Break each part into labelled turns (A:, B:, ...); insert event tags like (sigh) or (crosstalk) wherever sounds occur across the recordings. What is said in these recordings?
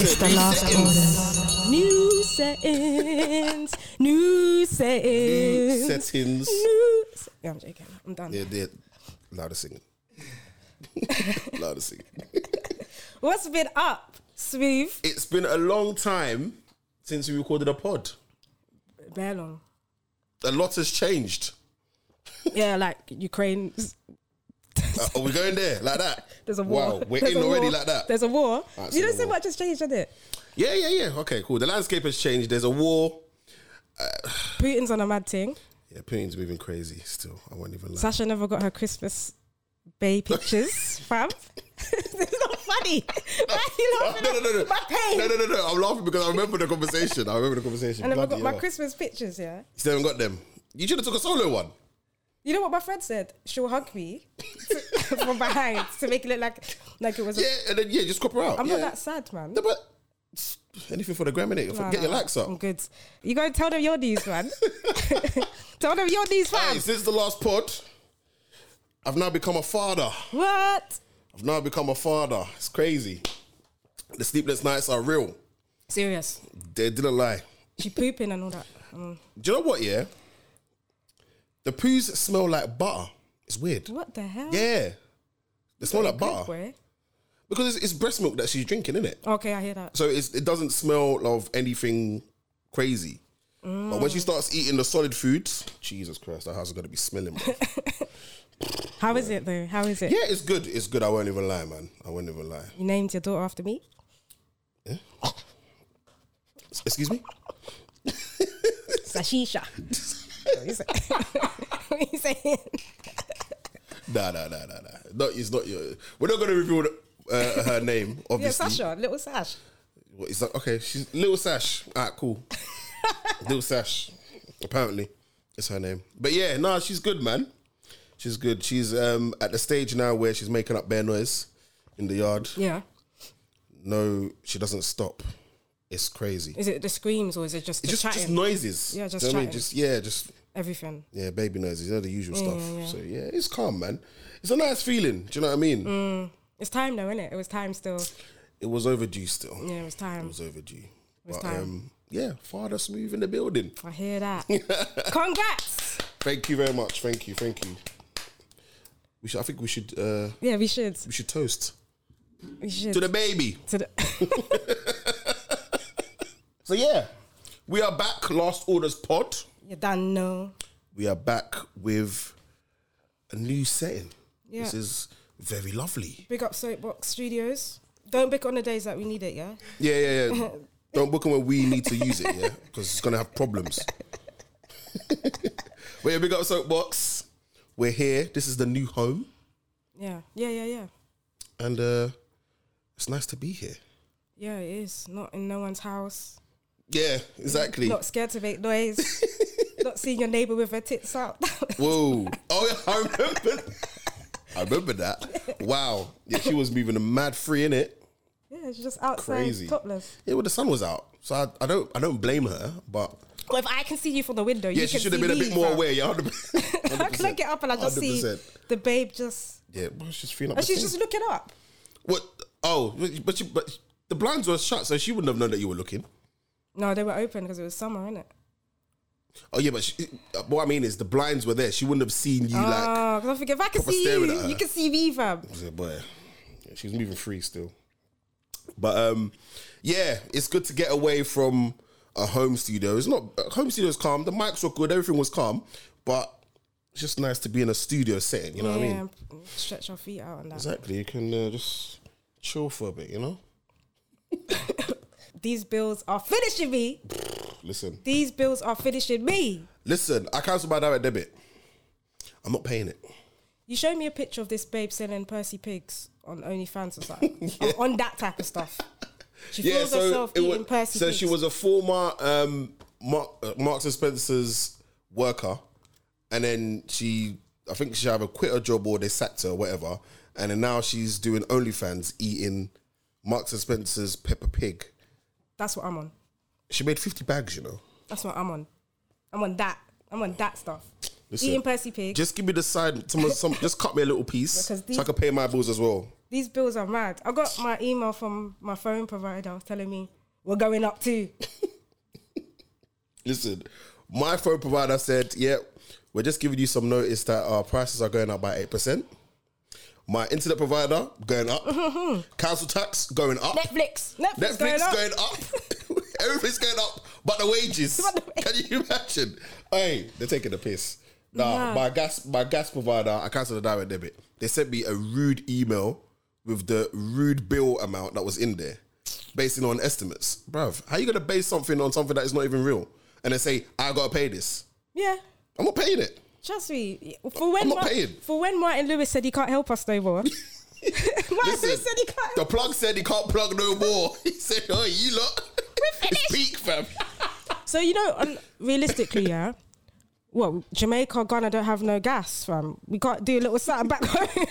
A: It's the last orders.
B: New settings. New settings.
C: settings.
B: New se- yeah, I'm joking. I'm done.
C: Yeah, they're louder
B: (laughs)
C: singing. louder singing.
B: What's been up, Smooth?
C: It's been a long time since we recorded a pod.
B: Bear long.
C: A lot has changed.
B: Yeah, like Ukraine.
C: Uh, are we going there like that?
B: There's a war.
C: Wow, we're
B: There's
C: in
B: a
C: already
B: war.
C: like that.
B: There's a war.
C: That's
B: you know,
C: a
B: so
C: war.
B: much has changed, hasn't it?
C: yeah, yeah, yeah. Okay, cool. The landscape has changed. There's a war.
B: Putin's on a mad thing.
C: Yeah, Putin's moving crazy still. I won't even lie.
B: (laughs) Sasha never got her Christmas
C: (laughs)
B: bay pictures, fam. (laughs) it's not funny. Why are you
C: Oh,
B: laughing
C: no, no,
B: at
C: no, no.
B: My pain.
C: No, no, no, no. I'm laughing because I remember the conversation. I remember the conversation.
B: I never got
C: Bloody
B: my
C: hell.
B: Christmas pictures, yeah.
C: You still haven't got them. You should have took a solo one.
B: You know what my friend said? She'll hug me from behind to (laughs) make it look like like it was.
C: Yeah, and then yeah, just crop her out.
B: I'm
C: yeah.
B: not that sad, man.
C: No, but anything for the gram innit?
B: Nah,
C: Get your
B: nah,
C: likes
B: I'm
C: up.
B: good. You go and tell them your news, man. (laughs) tell them your news, fam.
C: Hey, since the last pod, I've now become a father.
B: What?
C: I've now become a father. It's crazy. The sleepless nights are real.
B: Serious?
C: They didn't lie.
B: She pooping and all that. Mm.
C: Do you know what? Yeah, the poos smell like butter. It's weird.
B: What the hell?
C: Yeah, they smell like
B: Good
C: butter
B: boy.
C: because it's, it's breast milk that she's drinking, isn't it?
B: Okay, I hear that.
C: So it's, it doesn't smell of anything crazy. But when she starts eating the solid foods, Jesus Christ, that house is gonna be smelling.
B: (laughs)
C: bruv.
B: How is it though? How is it?
C: Yeah, it's good. It's good. I won't even lie, man. I won't even lie.
B: You named your daughter after me.
C: S- Excuse me?
B: Sashisha. what you say- (laughs) what you saying?
C: Nah, nah, nah, nah, nah. No, it's not your. We're not going to reveal uh, her name,
B: (laughs) Yeah,
C: obviously.
B: Sasha, little Sash.
C: What is that? Okay, she's Little Sash. All right,
B: (laughs)
C: cool. Little Sash. Apparently, it's her name. But yeah, nah, she's good, man. She's good. She's um, at the stage now where she's making up bear noise in the yard.
B: Yeah.
C: No, she doesn't stop. It's crazy.
B: Is it the screams or is it just the
C: It's just,
B: chatting?
C: just noises.
B: Yeah, just
C: You know what I mean?
B: chatting.
C: Just yeah, just
B: Everything.
C: Yeah, baby noises, you know the usual stuff.
B: yeah, yeah.
C: So yeah, it's calm, man. It's a nice feeling. Do you know what I mean?
B: Mm. It's time though, isn't it? It was time still.
C: It was overdue still.
B: Yeah, it was
C: It
B: time.
C: was overdue.
B: was
C: but
B: time.
C: um yeah, father smooth in the building.
B: I hear
C: (laughs)
B: that. Congrats.
C: Thank you very much. Thank you. Thank you. We should I think we should uh
B: Yeah, we should.
C: we should toast
B: We should.
C: to the baby.
B: (laughs) To the- (laughs)
C: So yeah, we are back last orders pod.
B: you done know.
C: We are back with a new setting.
B: Yeah.
C: This is very lovely.
B: Big up Soapbox Studios. Don't pick on the days that we need it, yeah?
C: Yeah, yeah,
B: (laughs)
C: yeah. Don't book them when we need to use it, yeah, because it's gonna have (laughs) problems. but yeah, big up Soapbox. We're here. This is the new home,
B: Yeah. Yeah, yeah, yeah.
C: and uh it's nice to be here.
B: Yeah, it is. Not in no one's house.
C: Yeah, exactly.
B: Not scared to
C: (laughs)
B: make noise. Not seeing your neighbour with her tits out. (laughs)
C: Whoa! Oh, yeah, I remember. I remember that. Wow. Yeah, she was moving a mad free in it.
B: yeah, she's just outside
C: Crazy.
B: topless.
C: Yeah, well, the sun was out, so I, I don't, I don't blame her. But
B: Well, if I can see you from the window,
C: yeah,
B: you
C: she
B: can
C: should have
B: see
C: been a bit
B: me,
C: more
B: fam.
C: aware. Yeah, 100%.
B: (laughs) How can I get up and I just see
C: 100%.
B: the babe just.
C: Yeah, well, she's feeling. Like
B: And
C: the
B: she's
C: thing.
B: just looking up.
C: What? Oh, but but, she, but the blinds were shut, so she wouldn't have known that you were looking.
B: No, they were open because it was summer, innit?
C: Oh yeah, but she, uh, what I mean is the blinds were there. She wouldn't have seen you like.
B: Oh, because I think if I can
C: proper
B: see
C: staring at
B: you,
C: her.
B: you can see me, fam.
C: I said, Boy, yeah, she was moving free still. But um, yeah, it's good to get away from a home studio. It's not uh, home studio's calm. The mics were good. Everything was calm, but it's just nice to be in a studio setting. You know what I mean?
B: Yeah, stretch your feet out and that.
C: Exactly. You can uh, just chill for a bit. You know.
B: These bills are finishing me.
C: Listen,
B: These bills are finishing me.
C: listen. I cancelled my direct debit. I'm not paying it.
B: You show me a picture of this babe selling Percy pigs on OnlyFans or something.
C: (laughs)
B: I'm on that type of stuff. She feels herself
C: it
B: eating
C: wa-
B: Percy
C: so
B: pigs.
C: she was a former um, Mark, uh, Marks and Spencer's worker, and then she, I think she either quit her job or they sacked her, whatever, and then now she's doing OnlyFans eating Marks and Spencer's Pepper Pig.
B: That's what I'm on.
C: She made fifty bags, you know.
B: That's what I'm on. I'm on that. I'm on that stuff.
C: Listen,
B: Eating Percy Pig.
C: Just give me the side. Some, some, just cut me a little piece
B: (laughs) Because these-
C: so I can pay my bills as well.
B: These bills are mad. I got my email from my phone provider telling me we're going up too.
C: Listen, my phone provider said, yeah, we're just giving you some notice that our prices are going up by 8%. My internet provider going up. Council tax going up.
B: Netflix. Netflix,
C: Netflix
B: going up.
C: going up.
B: (laughs)
C: Everything's going up, but the wages.
B: But the
C: Can you imagine? Hey, they're taking the piss. Nah,
B: Nah.
C: my gas, my gas provider, I cancelled the direct debit. They sent me a rude email with the rude bill amount that was in there, basing on estimates. Bruv, how you gonna base something on something that is not even real? And they say I gotta pay this.
B: Yeah.
C: I'm not paying
B: (laughs)
C: it.
B: Trust me. For when
C: I'm not
B: Mar-
C: paying.
B: for when Martin Lewis said he can't help us no more. Martin
C: Listen,
B: Lewis said he can't
C: the
B: help
C: plug said he can't plug no more. (laughs) He said, "Oh, you lot, (laughs) it's peak, fam."
B: So you know, un- realistically, yeah. Well, Jamaica, Ghana don't have no gas, fam. We can't do a little something back home. (laughs) we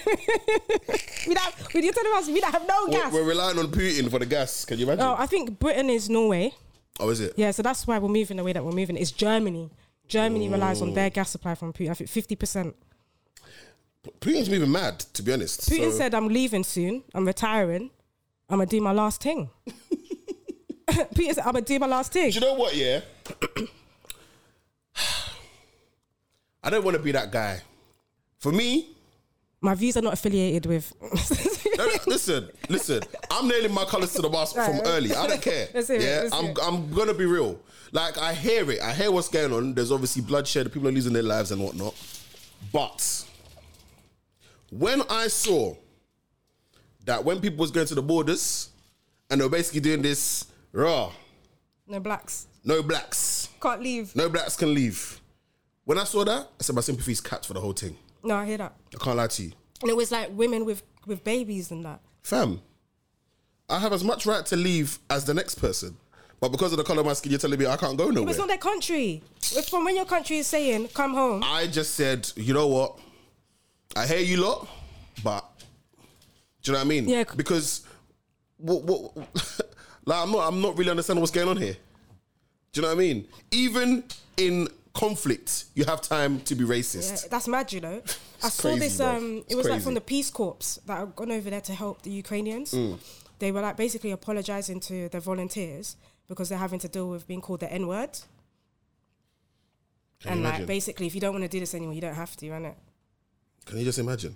B: don't. have- We you're telling us we don't have no
C: We're,
B: gas.
C: we're relying on Putin for the gas. Can you imagine?
B: oh, I think Britain is Norway.
C: Oh, is it?
B: Yeah, so that's why we're moving the way that we're moving. It's Germany. Germany relies on their gas supply from Putin. I think fifty percent.
C: Putin's moving mad, to be honest.
B: Putin
C: So-
B: said, "I'm leaving soon. I'm retiring. I'm gonna do my last thing." (laughs) Putin said, "I'm gonna do my last thing."
C: (laughs) Do you know what? Yeah, (sighs) I don't want to be that guy. For me,
B: My views are not affiliated with.
C: no, no, listen, listen. I'm nailing my colours to the mast from
B: Right.
C: early. I
B: (laughs)
C: don't care.
B: Let's hear it,
C: yeah,
B: let's
C: I'm.
B: hear it.
C: I'm gonna be real. Like I hear it. I hear what's going on. There's obviously bloodshed. People are losing their lives and whatnot. But when I saw that when people was going to the borders and they were basically doing this raw,
B: no blacks
C: no blacks.
B: can't leave.
C: No blacks can leave. When I saw that, I said my sympathy's capped for the whole thing.
B: No, I hear that.
C: I can't lie to you.
B: And it was like women with with babies and that.
C: Fam, I have as much right to leave as the next person. But because of the colour of my skin, you're telling me I can't go
B: But
C: nowhere.
B: it's not their country. It's from when your country is saying, come home.
C: I just said, you know what? I hear you lot, but do you know what I mean?
B: Yeah.
C: Because what, what, (laughs) like I'm not I'm not really understanding what's going on here. Do you know what I mean? Even in conflict, you have time to be racist.
B: Yeah, that's mad, you know. I saw
C: crazy,
B: this.
C: bruv.
B: Um,
C: It's
B: it was like
C: crazy.
B: from the Peace Corps that had gone over there to help the Ukrainians.
C: Mm.
B: They were like basically apologizing to their volunteers because they're having to deal with being called the N word.
C: Can you
B: And like
C: imagine?
B: basically, if you don't want to do this anymore, you don't have to, innit?
C: Can you just imagine?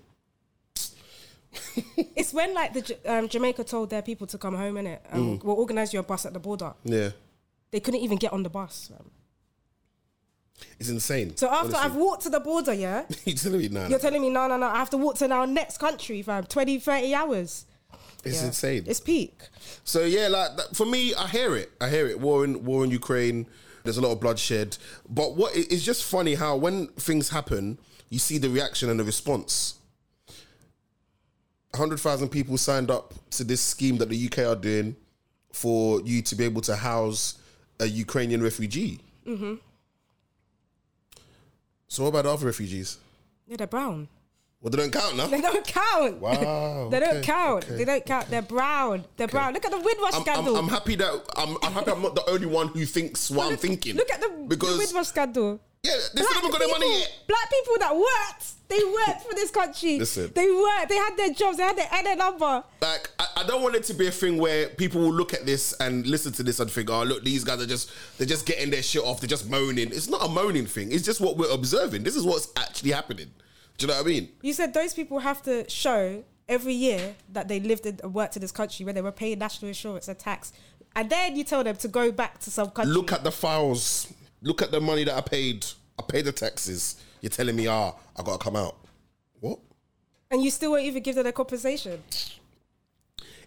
B: It's when like the J- um, Jamaica told their people to come home, innit? Um,
C: Mm.
B: We'll organize your bus at the border.
C: (laughs) Yeah.
B: They couldn't even get on the bus. fam.
C: It's insane.
B: So after I've walked to the border, yeah,
C: I've (laughs) you telling me nah, nah.
B: You're telling me, no, no, no, I have to walk to our next country, fam. 20, 30 hours.
C: it's
B: Yeah.
C: insane.
B: It's peak.
C: so yeah, like that, for me, I hear it. I hear it. War in war in Ukraine. There's a lot of bloodshed. But what it- it's just funny how when things happen, you see the reaction and the response. Hundred thousand people signed up to this scheme that the UK are doing for you to be able to house a Ukrainian refugee. Mm-hmm. So what about the other refugees?
B: Yeah, they're brown. (laughs)
C: Well, they don't count now.
B: They don't count.
C: Wow,
B: (laughs) they don't
C: okay,
B: count.
C: okay,
B: they don't count. They're brown. They're brown. Look at the Windrush
C: I'm,
B: scandal.
C: I'm, I'm happy that I'm, I'm happy I'm not the only one who thinks what I'm
B: Look-
C: thinking.
B: Look at the, the
C: because
B: Windrush scandal.
C: yeah, they still haven't got their money yet.
B: black people that worked, they worked for this country.
C: Listen.
B: They worked, they had their jobs, they had their, had their number.
C: Like I, I don't want it to be a thing where people will look at this and listen to this and think, oh look, these guys are just they're just getting their shit off. They're just moaning. It's not a moaning thing. It's just what we're observing. This is what's actually happening. Do you know what I mean?
B: You said those people have to show every year that they lived and worked in this country where they were paid national insurance and tax. And then you tell them to go back to some country.
C: Look at the files. Look at the money that I paid. I paid the taxes. You're telling me, ah, I gotta come out. What?
B: and you still won't even give them their compensation.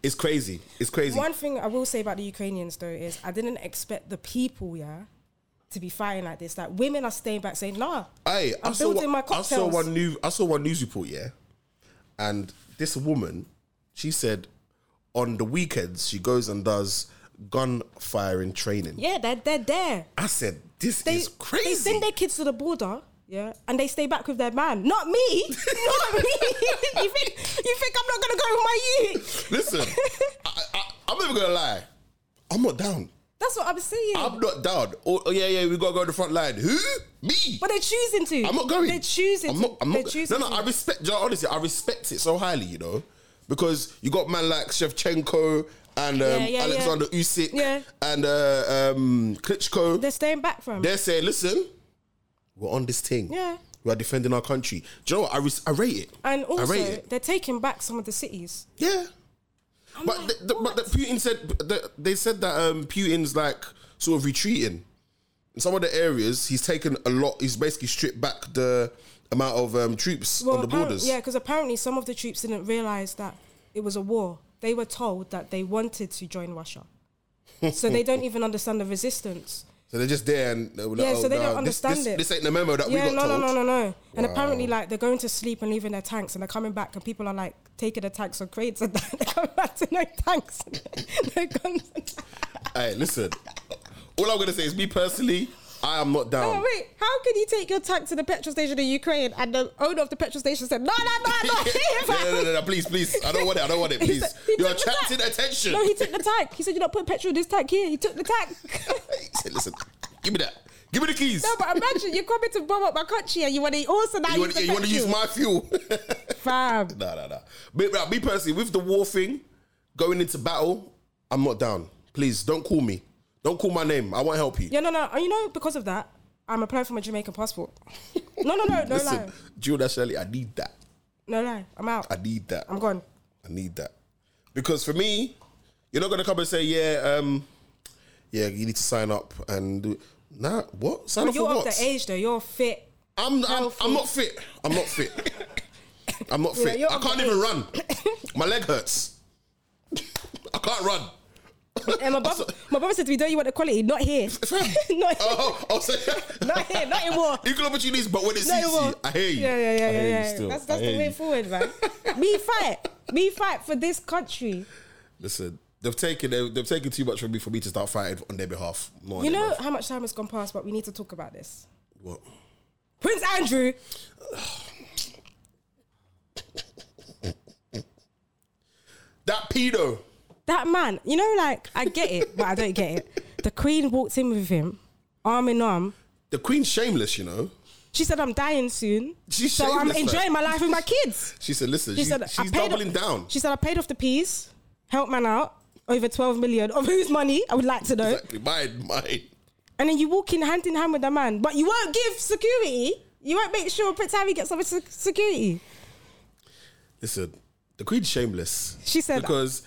C: It's crazy. It's crazy.
B: One thing I will say about the Ukrainians though is I didn't expect the people, yeah, to be fighting like this. Like women are staying back saying, nah.
C: Hey,
B: I'm
C: I saw
B: building
C: one,
B: my
C: I saw
B: cocktails.
C: one new. I saw one news report. Yeah, and this woman, she said, on the weekends she goes and does gun firing training.
B: Yeah, they're they're there.
C: I said, this
B: They,
C: is
B: they
C: crazy.
B: send their kids to the border. Yeah, and they stay back with their man. Not me. (laughs) Not me. you think you think I'm not (laughs) gonna go with my youth?
C: Listen, I, I, I'm never gonna lie. I'm not down.
B: That's what I'm saying.
C: I'm not down. Oh, oh, yeah, yeah, we gotta go to the front line. Who? Me?
B: but they're choosing to.
C: I'm not going.
B: They're choosing.
C: I'm not. I'm
B: to.
C: not.
B: They're choosing
C: no, no.
B: to.
C: I respect. Joe, Honestly, I respect it so highly. You know, because you got man like Shevchenko and um,
B: Yeah, yeah,
C: Alexander Usyk
B: Yeah.
C: and uh, um, Klitschko.
B: they're staying back from.
C: They're saying, "Listen, we're on this thing.
B: Yeah.
C: we are defending our country." Joe, you know what? I res- I rate it.
B: and
C: I rate
B: also,
C: it.
B: they're taking back some of the cities.
C: Yeah. but the, the, but the Putin said the, they said that um, Putin's like sort of retreating. In some of the areas, he's taken a lot. He's basically stripped back the amount of um, troops on the
B: apparent-
C: borders.
B: Yeah, because apparently some of the troops didn't realize that it was a war. They were told that they wanted to
C: (laughs)
B: join Russia, so they don't even understand the resistance.
C: So they're just there and they're like,
B: Yeah,
C: oh,
B: so they don't
C: nah, this-
B: understand
C: this,
B: it.
C: This ain't the memo that
B: Yeah,
C: we got
B: no, no,
C: told.
B: no, no, no. And apparently, like they're going to sleep and leaving their tanks, and they're coming back, and people are like taking their tanks on crates, and (laughs) they're coming back to no tanks, (laughs) no guns.
C: Hey, listen. All I'm gonna say is, me personally, I am not down.
B: Oh wait, how can you take your tank to the petrol station in Ukraine and the owner of the petrol station said, "No,
C: (laughs)
B: no, no, no,
C: no, no, no, no, please, please. I don't want it. I don't want it.
B: (laughs) He
C: Please.
B: said- he
C: You're
B: took the
C: attracting
B: tank.
C: attention.
B: No, he took the tank. He said, "You're not putting petrol in this tank here." He took the tank. (laughs)
C: He said, listen, give me that. Give me the keys.
B: no, but imagine you're coming to bomb up my country and you want to also now
C: you want, you want to use my fuel? (laughs)
B: fam.
C: Nah, nah, nah. Me, nah, me personally, with the war thing, going into battle, I'm not down. Please don't call me. Don't call my name. I won't help you.
B: Yeah, (laughs) no, no. And you know, because of that, I'm applying for my
C: (laughs)
B: Jamaican passport. No, no, no, no lie,
C: Listen, Jill that's Shirley, I need that.
B: no lie. I'm out.
C: I need that.
B: I'm gone.
C: I need that. Because for me, you're not gonna come and say, yeah, um, yeah, you need to sign up and do Nah, what? Sign up
B: You're
C: for
B: of
C: what?
B: the age though. You're fit.
C: I'm, I'm,
B: healthy.
C: I'm not fit. I'm not
B: (laughs)
C: fit. I'm not fit.
B: you're
C: I
B: of the
C: can't even
B: (laughs)
C: run. My leg hurts. I can't run. (laughs)
B: And my brother, my brother said to me, "Don't you want the quality? Not here. (laughs) not here.
C: Oh, I'll say
B: (laughs) Not here. Not in war."
C: Equal opportunities, but when it's
B: No, it
C: easy,
B: won't.
C: I hear you.
B: Yeah, yeah, yeah,
C: I hear
B: yeah.
C: you
B: yeah.
C: still.
B: That's
C: I
B: that's
C: hear
B: the way
C: you.
B: forward,
C: (laughs)
B: man. Me fight. Me fight for this country.
C: Listen, they've taken they've, they've taken too much from me for me to start fighting on their behalf. No,
B: You know how much time has gone past, but we need to talk about this.
C: what?
B: Prince Andrew.
C: That pedo.
B: that man, you know, like I get it, but I don't get it. The Queen walked in with him, arm in arm.
C: The queen's shameless, you know.
B: She said, "I'm dying soon,
C: She's
B: so I'm
C: shameless,
B: enjoying
C: man.
B: my life with my kids."
C: She said, "Listen,
B: She
C: she's,
B: said, "I
C: she's
B: paid
C: doubling
B: off,
C: down."
B: She said, "I paid off the peas, help man out." Over 12 million of whose money I would like to know.
C: Exactly, mine, mine.
B: And then you walk in hand in hand with a man, but you won't give security. You won't make sure Prince Harry gets over se- security. (laughs)
C: Listen, the queen's shameless.
B: She said-
C: because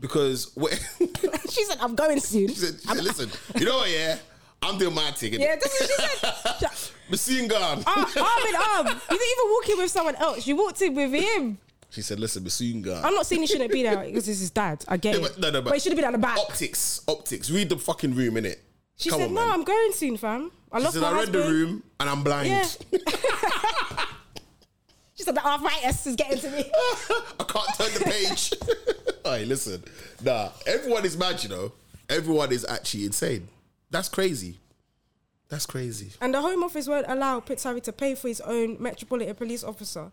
C: because what, (laughs) she
B: she said, I'm going soon.
C: said, she said, "Listen, you know what? Yeah, I'm doing my ticket.
B: yeah, this is, she (laughs) said,
C: (laughs) Machine gun.
B: arm, arm in arm. You didn't even walk in with someone else. You walked in with him.
C: (laughs) She said, "Listen, machine gun."
B: I'm not saying he shouldn't be there because it's his dad. I get
C: Yeah,
B: it.
C: but- no, no,
B: but,
C: but-
B: he should have been at the back.
C: optics, optics. Read the fucking room, innit?
B: she
C: Come
B: said,
C: on,
B: No,
C: man.
B: I'm going soon, fam. I
C: She
B: lost
C: said,
B: my
C: I read
B: husband.
C: the room and I'm blind.
B: Yeah. She said, The arthritis is getting to me.
C: (laughs)
B: (laughs)
C: I can't turn the page. (laughs) hey, listen. Nah, everyone is mad, you know. Everyone is actually insane. That's crazy. That's crazy.
B: and the Home Office won't allow Prince Harry to pay for his own Metropolitan Police officer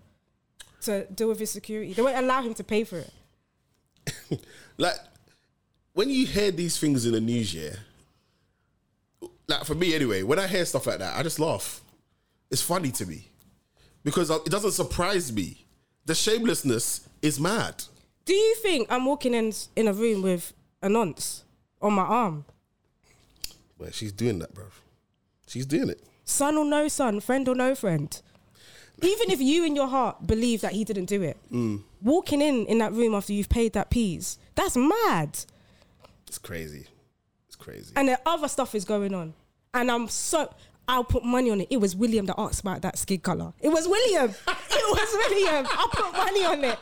B: to deal with his security. They won't allow him to pay for it.
C: Like, when you hear these things in the news, yeah, like for me anyway, when I hear stuff like that, I just laugh. It's funny to me because it doesn't surprise me. The shamelessness is mad.
B: Do you think I'm walking in in a room with a nonce on my arm?
C: Well, she's doing that, bro. She's doing it.
B: Son or no son, friend or no friend. Even if you in your heart believe that he didn't do it, walking in in that room after you've paid that peas, that's mad.
C: It's crazy. It's crazy.
B: And the other stuff is going on. And I'm so, I'll put money on it. It was William that asked about that skin color. It was William. it was William. I'll put money on it.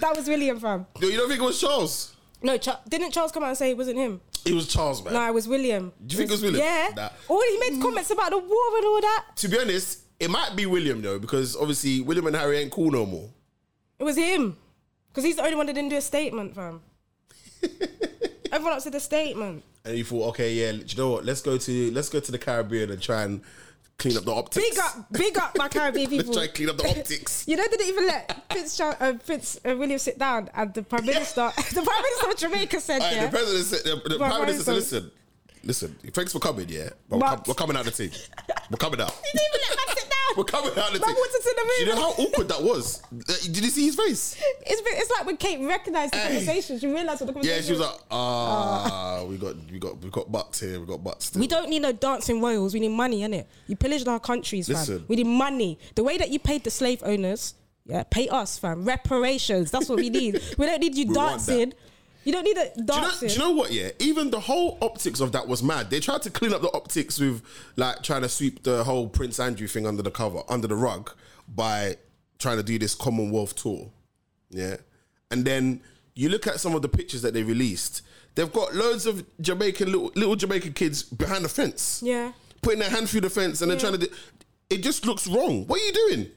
B: That was William, fam.
C: Yo, you don't think it was Charles?
B: No, Ch- didn't Charles come out and say it wasn't him?
C: It was Charles, man.
B: No, it was William.
C: Do you think it was William?
B: Yeah.
C: Nah. Mm.
B: All he made comments about the war and all that.
C: To be honest, it might be William though, because obviously William and Harry ain't cool no more.
B: It was him. Because he's the only one that didn't do a
C: (laughs)
B: statement, fam. Everyone else did a statement.
C: And you thought, okay, yeah, do you know what? Let's go to let's go to the Caribbean and try and clean up the optics.
B: Big up, big up my
C: (laughs)
B: Caribbean
C: Let's
B: people.
C: try and clean
B: (laughs)
C: up the optics.
B: You know, they didn't even let Prince, Char- uh, Prince uh, William sit down, and the Prime Minister, (laughs) the Prime Minister of Jamaica said,
C: Alright,
B: yeah,
C: The president said, the, the
B: Right,
C: prime minister said,
B: right,
C: listen, Listen, thanks for coming, yeah. But, we're,
B: But-
C: com- we're coming out of the team. We're coming out.
B: (laughs) He didn't even let man sit down.
C: (laughs) We're coming out of the
B: Man
C: team.
B: wanted to the
C: Do you know
B: room.
C: how awkward that was? Did you see his
B: (laughs)
C: face?
B: It's, been- it's like when Kate recognised the
C: Hey.
B: conversation. She realised what the
C: Yeah,
B: conversation
C: she was like, ah, we got, we got, we got butts here. We got butts. Still.
B: We don't need no dancing royals. We need money, innit? You pillaged our countries,
C: Listen.
B: fam. We need money. The way that you paid the slave owners, yeah, pay us, fam. Reparations. That's what
C: (laughs)
B: we need. we don't need you
C: We want that.
B: dancing. You don't need a
C: Do you, know, do
B: dancing.
C: you know what? Yeah, even the whole optics of that was mad. They tried to clean up the optics with like trying to sweep the whole Prince Andrew thing under the cover, under the rug, by trying to do this Commonwealth tour. Yeah, and then you look at some of the pictures that they released. They've got loads of Jamaican little, little Jamaican kids behind the fence,
B: yeah.
C: putting their hand through the fence, and they're
B: Yeah.
C: trying to. Do, it just looks wrong. What are you doing?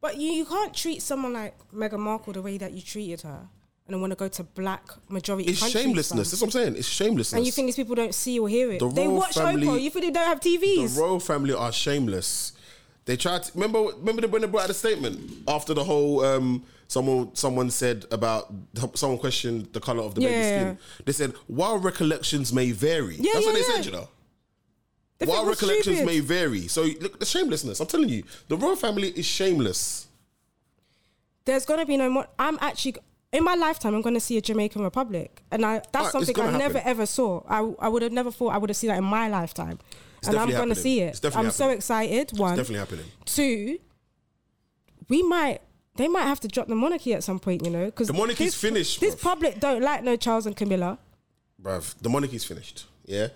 B: But you, you can't treat someone like Meghan Markle the way that you treated her and then want to go to black majority
C: It's
B: countries,
C: shamelessness. That's
B: fam.
C: what I'm saying. It's shamelessness.
B: And you think these people don't see or hear it?
C: The
B: they
C: royal
B: watch
C: family-
B: Oprah. You think they don't have TVs?
C: The royal family are shameless. They tried to remember remember when they brought out a statement after the whole um someone someone said about someone questioned the colour of the baby's
B: Yeah.
C: skin. They said, while recollections may vary.
B: Yeah,
C: That's what
B: yeah,
C: they
B: yeah.
C: said, you know.
B: They think
C: While
B: we're
C: recollections
B: stupid.
C: may vary. So look the shamelessness. I'm telling you, the royal family is shameless.
B: there's gonna be no more. I'm actually in my lifetime. I'm gonna see a Jamaican Republic, and I that's
C: it's
B: something I
C: gonna
B: never
C: happen.
B: ever saw. I I would have never thought I would have seen that in my lifetime, and I'm
C: definitely
B: gonna
C: happening.
B: see it.
C: It's
B: I'm
C: definitely
B: so
C: happening.
B: excited. One,
C: Definitely happening.
B: two. We might. They might have to drop the monarchy at some point, you know, because
C: The monarchy's finished,
B: This
C: bruv.
B: public don't like no Charles and Camilla.
C: Bruv, the monarchy's finished. Yeah.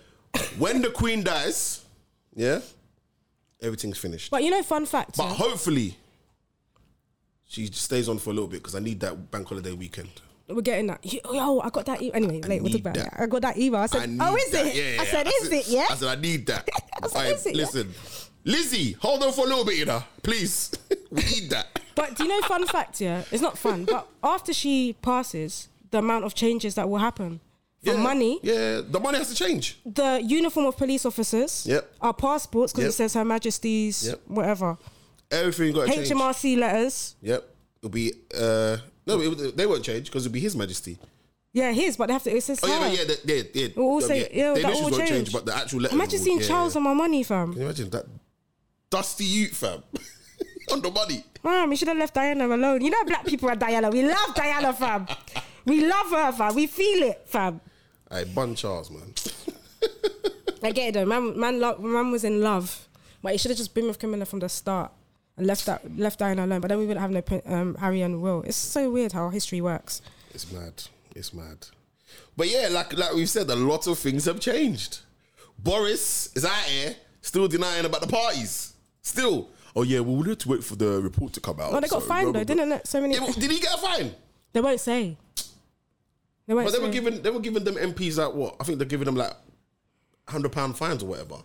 C: when the queen dies, yeah, everything's finished.
B: But you know, fun fact.
C: But
B: yeah?
C: hopefully, she stays on for a little bit because I need that bank holiday weekend.
B: We're getting that. Yo, I got that. E- anyway, late. We'll talk
C: need
B: about
C: that.
B: it. I got that email. I
C: I
B: said,
C: need
B: "Oh, is
C: that.
B: it?"
C: Yeah, yeah,
B: I said,
C: yeah.
B: "Is it?" Yeah.
C: I said, I need that.
B: (laughs) I said,
C: Alright,
B: is it, yeah?
C: listen, Lizzie, hold on for a little bit, you know, please. (laughs) we need that.
B: But do you know, fun fact, yeah? It's not
C: (laughs)
B: fun, but after she passes, the amount of changes that will happen. For
C: Yeah,
B: money,
C: Yeah, the money has to change.
B: the uniform of police officers,
C: Yep.
B: our passports, because
C: Yep.
B: it says Her Majesty's,
C: Yep.
B: whatever,
C: Everything got to change.
B: HMRC letters.
C: Yep. It'll be, uh, no, it, they won't change because it'll be His Majesty.
B: Yeah, his, but they have to, it says
C: Oh, yeah,
B: her.
C: no, yeah, they- yeah, yeah.
B: We'll all say- yeah,
C: the
B: that
C: initials
B: all
C: won't change,
B: change.
C: but the actual letter.
B: Imagine
C: will-
B: seeing
C: yeah,
B: Charles
C: yeah.
B: on my money, fam.
C: Can you imagine that dusty youth, fam? (laughs) on the money.
B: Man, we should have left Diana alone. You know, black people are Diana. We love Diana, fam. We love her, fam. We feel it, fam.
C: Hey, bun Charles, man. (laughs)
B: I get it though. Man, man, lo- man was in love, but he should have just been with Camilla from the start and left that left Diana alone. But then we wouldn't have no prin- um, Harry and Will. It's so weird how history works.
C: It's mad. It's mad. But yeah, like like we've said, a lot of things have changed. Boris is out here still denying about the parties. Still. Oh yeah, well, we'll have to wait for the report to come out.
B: Well, Oh, they got
C: so-
B: fined though, didn't it? So many.
C: Yeah, well, did he get a fine?
B: They won't say. They won't.
C: But they were
B: say.
C: giving they were giving them MPs like what? I think they're giving them like hundred pound fines or whatever.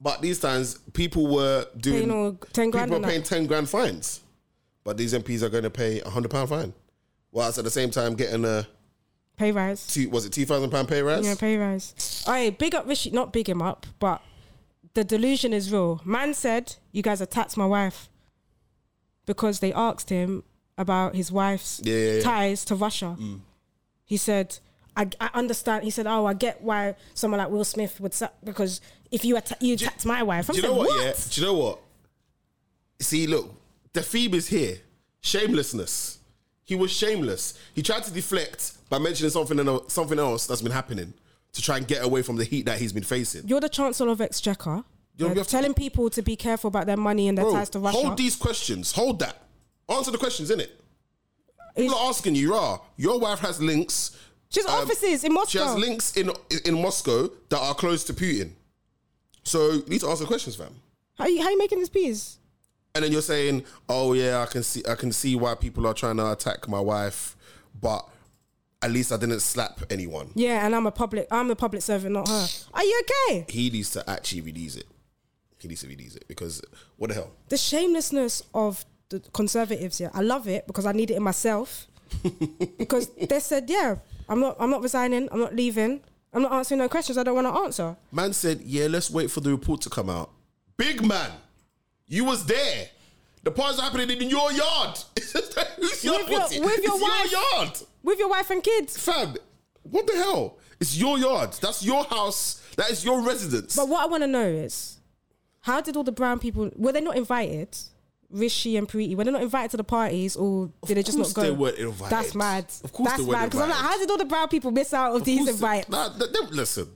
C: But these times people were doing
B: Paying all 10 grand
C: people
B: and
C: are
B: that.
C: paying ten grand fines. But these MPs are going to pay a hundred pound fine, whilst at the same time getting a
B: pay rise.
C: two, was it two thousand pound pay rise?
B: Yeah, pay rise. All right, big up Rishi. Not big him up, but the delusion is real. Man said, "You guys attacked my wife because they asked him about his wife's
C: Yeah, yeah, Mm. yeah.
B: ties to Russia." He said, I, "I understand." He said, "Oh, I get why someone like Will Smith would sa- because if you atta- you attacked my wife, I'm
C: Do you
B: saying,
C: know what?
B: what?"
C: Yeah. Do you know what? See, look, the theme is here. Shamelessness. He was shameless. He tried to deflect by mentioning something and something else that's been happening to try and get away from the heat that he's been facing.
B: You're the Chancellor of Exchequer.
C: You're-
B: You're,
C: you're-
B: telling people to be careful about their money and their
C: Bro,
B: ties to Russia.
C: hold these questions. Hold that. Answer the questions, innit?
B: It's-
C: People are asking you, rah, your wife has links.
B: She's
C: um,
B: offices in Moscow.
C: She has links in in Moscow that are close to Putin. So you need to answer the questions, fam.
B: how you, how you making this peace?
C: and then you're saying, "Oh yeah, I can see, I can see why people are trying to attack my wife, but at least I didn't slap anyone."
B: Yeah, and I'm a public. I'm a public servant, not her. Are you okay?
C: He needs to actually release it. He needs to release it because what the hell?
B: The shamelessness of the conservatives. Yeah, I love it because I need it
C: (laughs)
B: in myself. because they said, yeah, I'm not. I'm not resigning. I'm not leaving. I'm not answering no questions. I don't want to answer.
C: Man said, "Yeah, let's wait for the report to come out." Big man, you was there. The parts happening in your yard. (laughs) Whose yard
B: With your-
C: was it?
B: with your
C: it's
B: wife.
C: your yard,
B: With your wife and kids.
C: fam. What the hell? It's your yard. That's your house. That is your residence.
B: But what I want to know is, how did all the brown people were they not invited? Rishi and Preeti were they not invited to the parties, or did they just not
C: course
B: go?
C: they weren't invited.
B: That's mad.
C: Of course
B: that's
C: they weren't
B: mad. Because I'm like,
C: invited.
B: how did all the brown people miss out on these
C: Who's the-
B: invites?
C: Nah, th- they- listen,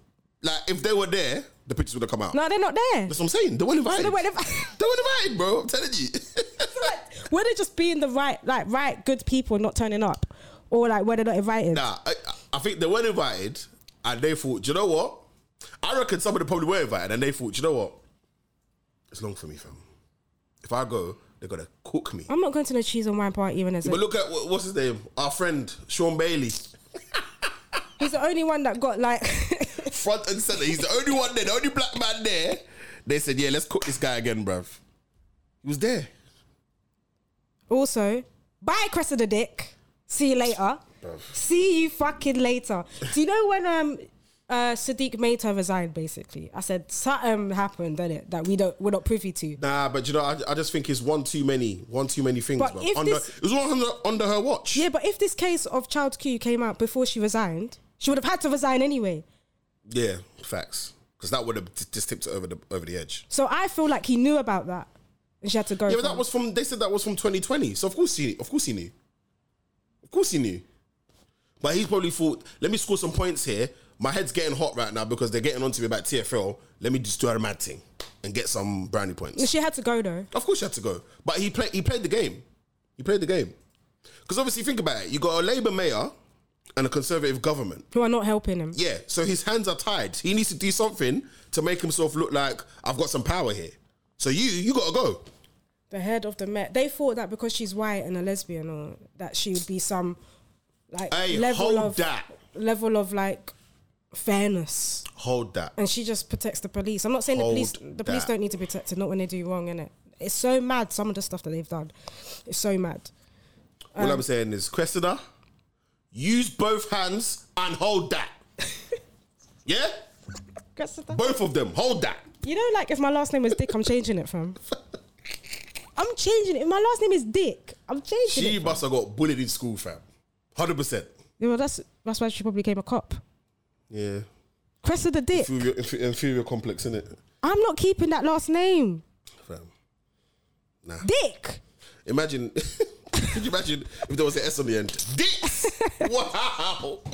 C: like if they were there, the pictures would have come out.
B: No, they're not there.
C: That's what I'm saying. They weren't invited.
B: they weren't invited.
C: They weren't invited, bro. I'm telling
B: (laughs)
C: you.
B: Like, were they just being the right, like right good people not turning up, or like were they not
C: (laughs)
B: invited?
C: nah, I, I- I think they weren't invited, and they thought, do you know what? I reckon some of them probably were invited, and they thought, do you know what? It's long for me, fam. If I go, they're gonna cook
B: (laughs)
C: me.
B: I'm not going to no cheese and wine party even as a,
C: But look at wh- what's his name, our friend Sean Bailey,
B: he's the only one that got like (laughs)
C: front and center. He's the only one there, the only black man there. They said, yeah, let's cook this guy again, bruv. He was there.
B: also bye Crest of the Dick. See you later.
C: Bruv.
B: See you fucking later. Do you know when um uh Sadiq Maita resigned basically? I said something happened, didn't it? That we don't we're not privy to.
C: Nah, but you know, I, I just think it's one too many, one too many things.
B: But
C: bruv.
B: if
C: under,
B: this-
C: it was all under, under her watch.
B: Yeah, but if this case of child Q came out before she resigned, she would have had to resign anyway.
C: Yeah, facts. Because that would have t- just tipped it over the over the edge.
B: So I feel like he knew about that. And she had to go.
C: Yeah, but
B: for
C: that
B: it.
C: was from. They said that was from 2020. So of course he, of course he knew, of course he knew. But he's probably thought, let me score some points here. My head's getting hot right now because they're getting onto me about TFL. Let me just do a mad thing and get some brownie points.
B: She had to go though.
C: Of course, you had to go. But he played. He played the game. He played the game. Because obviously, think about it. You got a Labour mayor and a Conservative government.
B: Who are not helping him.
C: Yeah. So his hands are tied. He needs to do something to make himself look like I've got some power here. So you, you got to go.
B: The head of the Met. They thought that because she's white and a lesbian, or that she would be some like
C: Hey,
B: level
C: hold
B: of
C: that.
B: level of like fairness,
C: Hold that.
B: and she just protects the police. I'm not saying
C: Hold
B: the police. The police
C: that.
B: don't need to be protected, not when they do wrong, innit? It's so mad. Some of the stuff that they've done, it's so mad.
C: All I'm saying is, Cressida, use both hands and hold
B: (laughs)
C: that. yeah, both of them. Hold that.
B: You know, like if my last name was Dick, I'm changing it from. I'm changing it. If my last name is Dick, I'm changing
C: She
B: it.
C: must have got bullied in school, fam. Hundred percent.
B: Well, that's that's why she probably became a cop.
C: Yeah.
B: Cressida Dick.
C: Inferior, infer- inferior complex, innit?
B: I'm not keeping that last name.
C: Fam. Nah.
B: Dick.
C: Imagine. (laughs) could you imagine if there was an S on the end? Dicks! (laughs) wow! (laughs)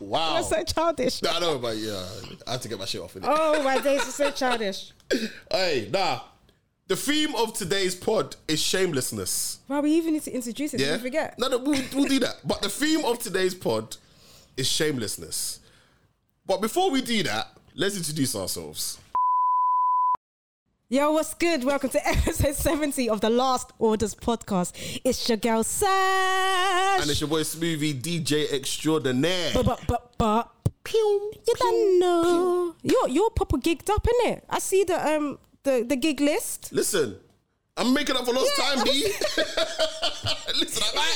C: wow.
B: That's so childish.
C: Nah, I know, but yeah, I had to get my shit off in it.
B: Oh my days, it's so childish.
C: Hey, nah. The theme of today's pod is shamelessness.
B: Wow, we even need to introduce it.
C: Yeah.
B: Did we forget?
C: No, no, we'll, we'll do that. But the theme of today's pod is shamelessness. But before we do that, let's introduce ourselves.
B: Yo, what's good? Welcome to episode 70 of the Last Orders podcast. It's your girl Sash.
C: And it's your boy Smoothie, DJ extraordinaire.
B: But but but but you don't know. You're you're proper gigged up, innit? I see the um the, the gig list.
C: Listen, I'm making up for lost
B: Yeah,
C: time,
B: I
C: B. (laughs) Listen, I'm out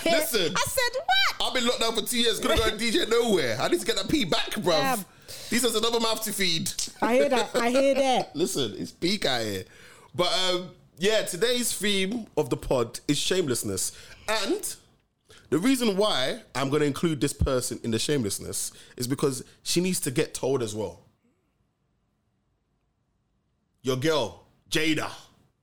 C: here. Listen,
B: I said what?
C: I've been locked down for two years, couldn't go and DJ nowhere. I need to get that pee back, bruv.
B: Yeah.
C: This is another mouth to feed.
B: I hear that. I hear that.
C: Listen, it's peak out here. But um, yeah, today's theme of the pod is shamelessness. And the reason why I'm going to include this person in the shamelessness is because she needs to get told as well. Your girl, Jada.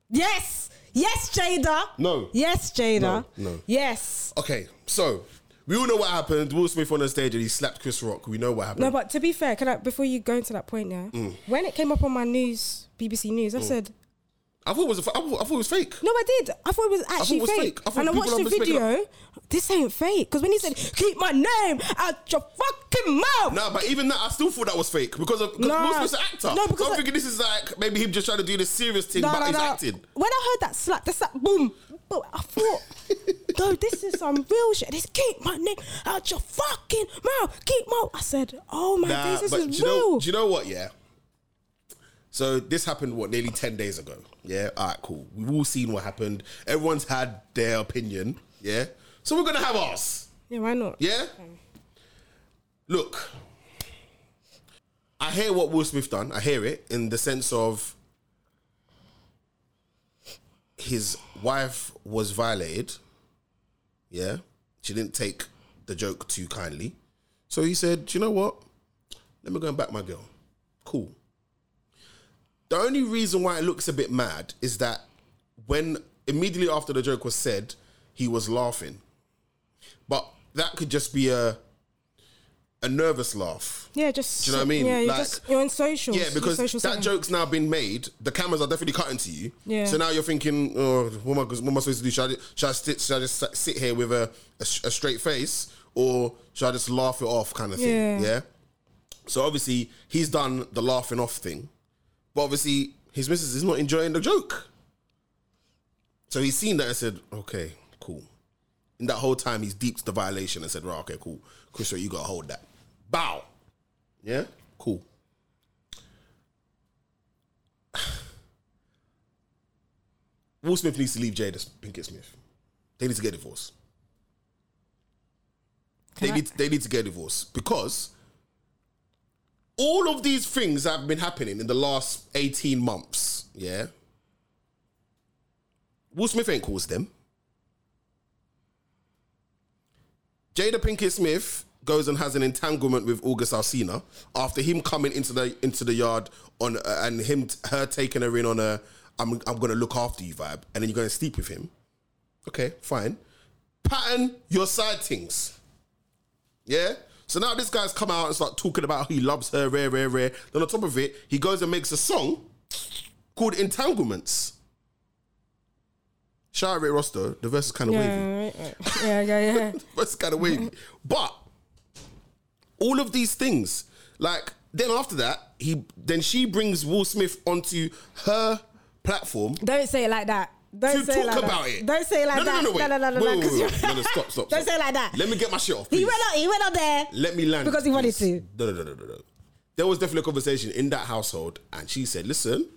B: Yes. Yes, Jada.
C: No.
B: Yes, Jada.
C: No, no.
B: Yes.
C: Okay, so we all know what happened. Will Smith on the stage and he slapped Chris Rock. We know what happened.
B: No, but to be fair, can I, before you go into that point, yeah,
C: Mm.
B: when it came up on my news, BBC News, I said,
C: I thought it was a f- I thought, I thought it was fake.
B: no, I did. I thought it was
C: it
B: actually
C: was
B: fake.
C: fake. I thought
B: And I
C: people
B: watched
C: are
B: the
C: mistaken.
B: video. This ain't fake. Because when he said, keep my name out your fucking mouth.
C: Nah, but even that, I still thought that was fake because of 'cause
B: Nah.
C: Will Smith's an actor.
B: No, because
C: so I'm
B: I-
C: thinking this is like maybe him just trying to do this serious thing,
B: No,
C: but
B: no,
C: he's
B: no.
C: acting.
B: When I heard that slap, the slap, boom, boom
C: (laughs)
B: I thought, no, this is some real shit. This keep my name out your fucking mouth. Keep my. I said, oh my
C: Nah,
B: days, this
C: but
B: is
C: do you
B: real.
C: know? Do you know what? Yeah. So this happened what nearly ten days ago. Yeah. All right. Cool. We've all seen what happened. Everyone's had their opinion. Yeah. So we're gonna have ours.
B: yeah, why not?
C: Yeah. Look, I hear what Will Smith done. I hear it in the sense of his wife was violated. Yeah, she didn't take the joke too kindly. So he said, "Do you know what? Let me go and back my girl. Cool. The only reason why it looks a bit mad is that when immediately after the joke was said, he was laughing. But that could just be a a nervous laugh.
B: Yeah, just.
C: Do you know what I mean?
B: Yeah, you're,
C: Like-
B: just, you're on social.
C: Yeah, because that joke's now been made. The cameras are definitely cutting to you.
B: Yeah.
C: So now you're thinking, oh, what am I, what am I supposed to do? Should I, should I, sit, should I just s- sit here with a, a, s- a straight face or should I just laugh it off kind of thing?
B: Yeah.
C: yeah? So obviously, he's done the laughing off thing. But obviously, his missus is not enjoying the joke. So he's seen that and said, okay, cool. And that whole time, he's deeped the violation and said, right, okay, cool. Chris, you got to hold that. Bow. Yeah? Cool. (sighs) Will Smith needs to leave Jada Pinkett Smith. They need to get divorced. They
B: I-
C: need, they need to get divorced because all of these things that have been happening in the last 18 months, yeah? Will Smith ain't caused them. Jada Pinkett Smith goes and has an entanglement with August Alsina after him coming into the into the yard on uh, and him her taking her in on a I'm I'm gonna look after you vibe, and then you're gonna sleep with him. Okay, fine. Pattern your side things. Yeah. So now this guy's come out and start talking about how he loves her, rare, rare, rare. Then on top of it, he goes and makes a song called Entanglements. Shout out Ray Roster. The verse is kind of wavy.
B: Yeah, right, right. yeah, yeah, yeah. (laughs)
C: (laughs) That's kind of wavy. But all of these things, like then after that, he then she brings Will Smith onto her platform
B: Don't say it like that. Don't
C: to
B: say
C: talk
B: it like
C: about
B: that.
C: it.
B: Don't say it like
C: no,
B: that.
C: No, no, no, wait.
B: no, no, no,
C: wait,
B: no,
C: wait,
B: 'cause
C: wait,
B: you-
C: wait. No, no, stop, stop.
B: (laughs) Don't
C: stop.
B: say it like that.
C: Let me get my shit off.
B: He
C: please.
B: went up. He went up there.
C: Let me land
B: Because he wanted
C: please.
B: to.
C: No, no, no, no, no, no. There was definitely a conversation in that household, and she said, "Listen,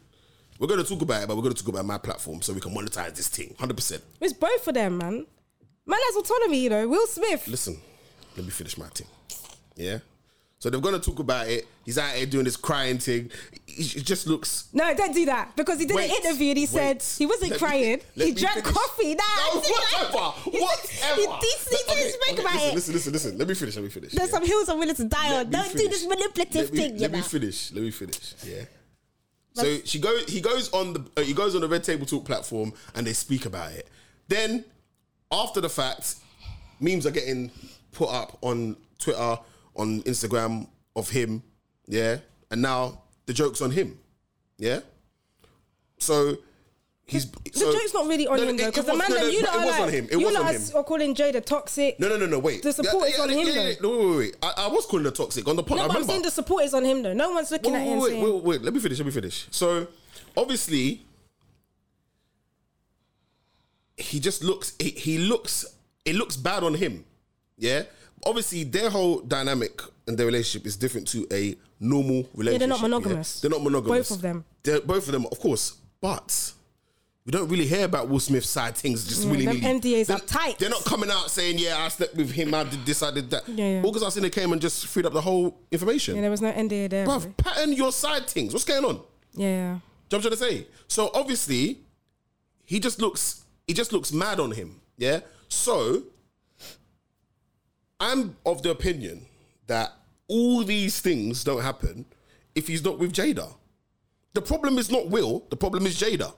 C: we're going to talk about it, but we're going to talk about my platform so we can monetize this thing, hundred percent."
B: It's both of them, man. Man has autonomy, you know. Will Smith.
C: listen, let me finish my thing. Yeah. So they're gonna talk about it. He's out here doing this crying thing. It it just looks.
B: No, don't do that because he did
C: Wait,
B: an interview and he
C: wait.
B: said he wasn't
C: Let me-
B: crying.
C: let
B: he
C: me
B: drank
C: finish.
B: coffee. Nah,
C: No,
B: he didn't-
C: whatever,
B: (laughs) he-
C: whatever.
B: He, dis- he
C: Okay,
B: didn't speak
C: okay,
B: about
C: listen,
B: it.
C: Listen, listen, listen. Let me finish. Let me finish.
B: There's
C: yeah.
B: some hills I'm willing to die
C: Let
B: on.
C: me
B: Don't do
C: finish.
B: this manipulative
C: Let me,
B: thing. you
C: Let me
B: know.
C: finish. Let me finish. Yeah. So she goes. He goes on the. Uh, he goes on the Red Table Talk platform, and they speak about it. Then, after the fact, memes are getting put up on Twitter, on Instagram of him. Yeah, and now the joke's on him. Yeah. So he's
B: The joke's not really on him though, because the man that you
C: you
B: lot
C: it
B: are
C: was
B: like,
C: on him. It
B: you
C: was
B: lot
C: on
B: are
C: him.
B: s- are calling Jada toxic.
C: No, no, no, no. Wait.
B: The support is on
C: No,
B: him,
C: wait, wait, wait. I, I was calling her toxic on the pod.
B: No,
C: I
B: but
C: remember.
B: I'm saying the support is on him though. No one's looking
C: wait,
B: at him.
C: wait,
B: saying,
C: wait, wait, wait. Let me finish. Let me finish. So, obviously, he just looks. He, he looks. It looks bad on him. Yeah. Obviously, their whole dynamic and their relationship is different to a normal relationship.
B: they're not monogamous.
C: They're not monogamous.
B: Both of them.
C: They're, both of them, of course. But we don't really hear about Will Smith's side things just willy nilly.
B: Mm, them NDAs
C: they're,
B: are tight.
C: They're not coming out saying, "Yeah, I slept with him. I did this. I did that."
B: Yeah, yeah.
C: August Alsina came and just freed up the whole information.
B: yeah, there was no NDA there. bro.
C: Bruv, pattern your side things. What's going on?
B: Yeah.
C: Do you know what I'm trying to say? So obviously, he just looks he just looks mad on him. Yeah. So I'm of the opinion that all these things don't happen if he's not with Jada. The problem is not Will, the problem is Jada.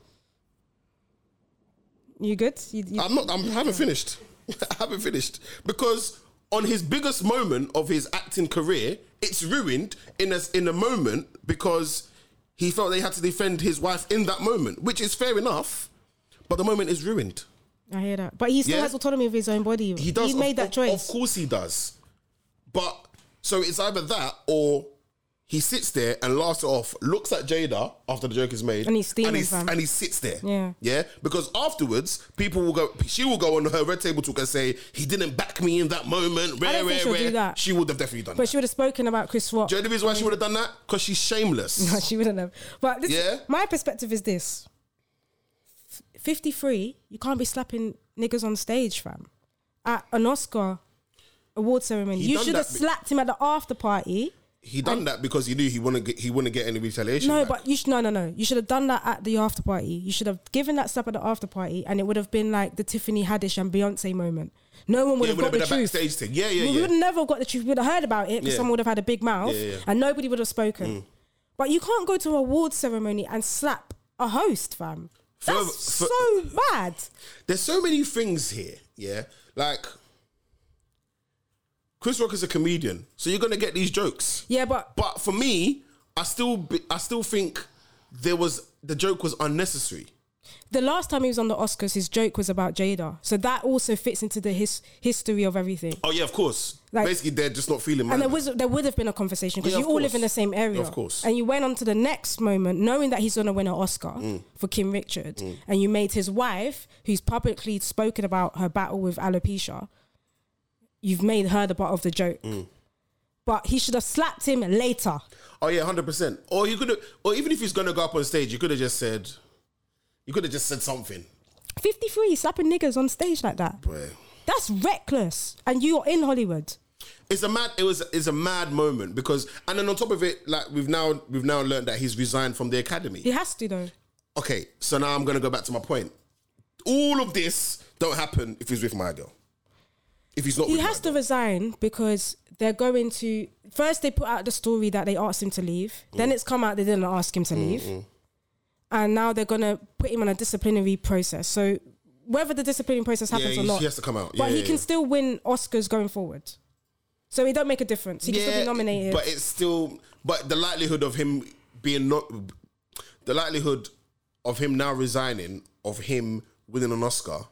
B: You good? You, you,
C: I'm not. I'm, I haven't finished. (laughs) I haven't finished because on his biggest moment of his acting career, it's ruined in a in a moment because he felt they had to defend his wife in that moment, which is fair enough. But the moment is ruined.
B: I hear that. But he still
C: Yeah.
B: has autonomy of his own body.
C: He does.
B: He made
C: of,
B: that
C: of-
B: choice.
C: Of course, he does. But so it's either that or. He sits there and laughs it off, looks at Jada after the joke is made,
B: And he's steaming,
C: and he,
B: fam.
C: and he sits there.
B: Yeah.
C: Yeah, because afterwards, people will go. She will go on her red table talk and say he didn't back me in that moment. Rare,
B: think
C: rare,
B: she'll
C: rare.
B: do that.
C: She would have definitely done.
B: But
C: that.
B: she would have spoken about Chris Rock.
C: Do
B: (laughs)
C: you know the reason why she would have done that? Because she's shameless.
B: she wouldn't have. But this,
C: Yeah?
B: my perspective is this: F- fifty-three, you can't be slapping niggas on stage, fam, at an Oscar award ceremony.
C: He
B: you
C: done
B: should have
C: that bit.
B: slapped him at the after party.
C: He done that because he knew he wouldn't get, he wouldn't get any retaliation.
B: No,
C: back.
B: but you should no no no. You should have done that at the after party. You should have given that stuff at the after party, and it would have been like the Tiffany Haddish and Beyonce moment. No one would
C: yeah,
B: have
C: would have
B: got
C: been
B: the
C: a
B: truth.
C: backstage thing. Yeah, yeah,
B: we
C: yeah.
B: would have never got the truth. We would have heard about it because
C: Yeah.
B: someone would have had a big mouth,
C: Yeah, Mm. yeah.
B: and nobody would have spoken. But you can't go to an award ceremony and slap a host, fam. That's
C: Further- fur-
B: so bad.
C: There's so many things here. Yeah, like Chris Rock is a comedian, so you're gonna get these jokes.
B: Yeah, but
C: But for me, I still be, I still think there was the joke was unnecessary.
B: the last time he was on the Oscars, his joke was about Jada, so that also fits into the his- history of everything.
C: Oh yeah, of course.
B: Like-
C: Basically, they're just not feeling.
B: And
C: man
B: there
C: enough.
B: was there would have been a conversation because
C: Yeah,
B: you
C: of
B: all live
C: course.
B: in the same area,
C: Of course.
B: And you went on to the next moment, knowing that he's going to win an Oscar
C: Mm.
B: for Kim Richard, and you made his wife, who's publicly spoken about her battle with alopecia, you've made her the butt of the joke.
C: Mm.
B: But he should have slapped him later.
C: Oh yeah, hundred percent. Or you could, have or even if he's gonna go up on stage, you could have just said, you could have just said something.
B: Fifty three slapping niggas on stage like that.
C: But
B: That's reckless, and you are in Hollywood.
C: it's a mad. It was. It's a mad moment because, and then on top of it, like we've now we've now learned that he's resigned from the academy.
B: He has to though.
C: Okay, so now I'm gonna go back to my point. All of this don't happen if he's with my girl. If he's not,
B: he
C: with my
B: has to
C: girl.
B: resign because they're going to first they put out the story that they asked him to leave
C: Mm.
B: then it's come out they didn't ask him to leave and now they're going to put him on a disciplinary process so whether the disciplinary process
C: Yeah,
B: happens or
C: he's-
B: not
C: he has to come out.
B: but
C: Yeah,
B: he
C: yeah,
B: can
C: yeah.
B: still win oscars going forward so it don't make a difference he can still be nominated
C: But it's still, but the likelihood of him being not, the likelihood of him now resigning, of him winning an Oscar,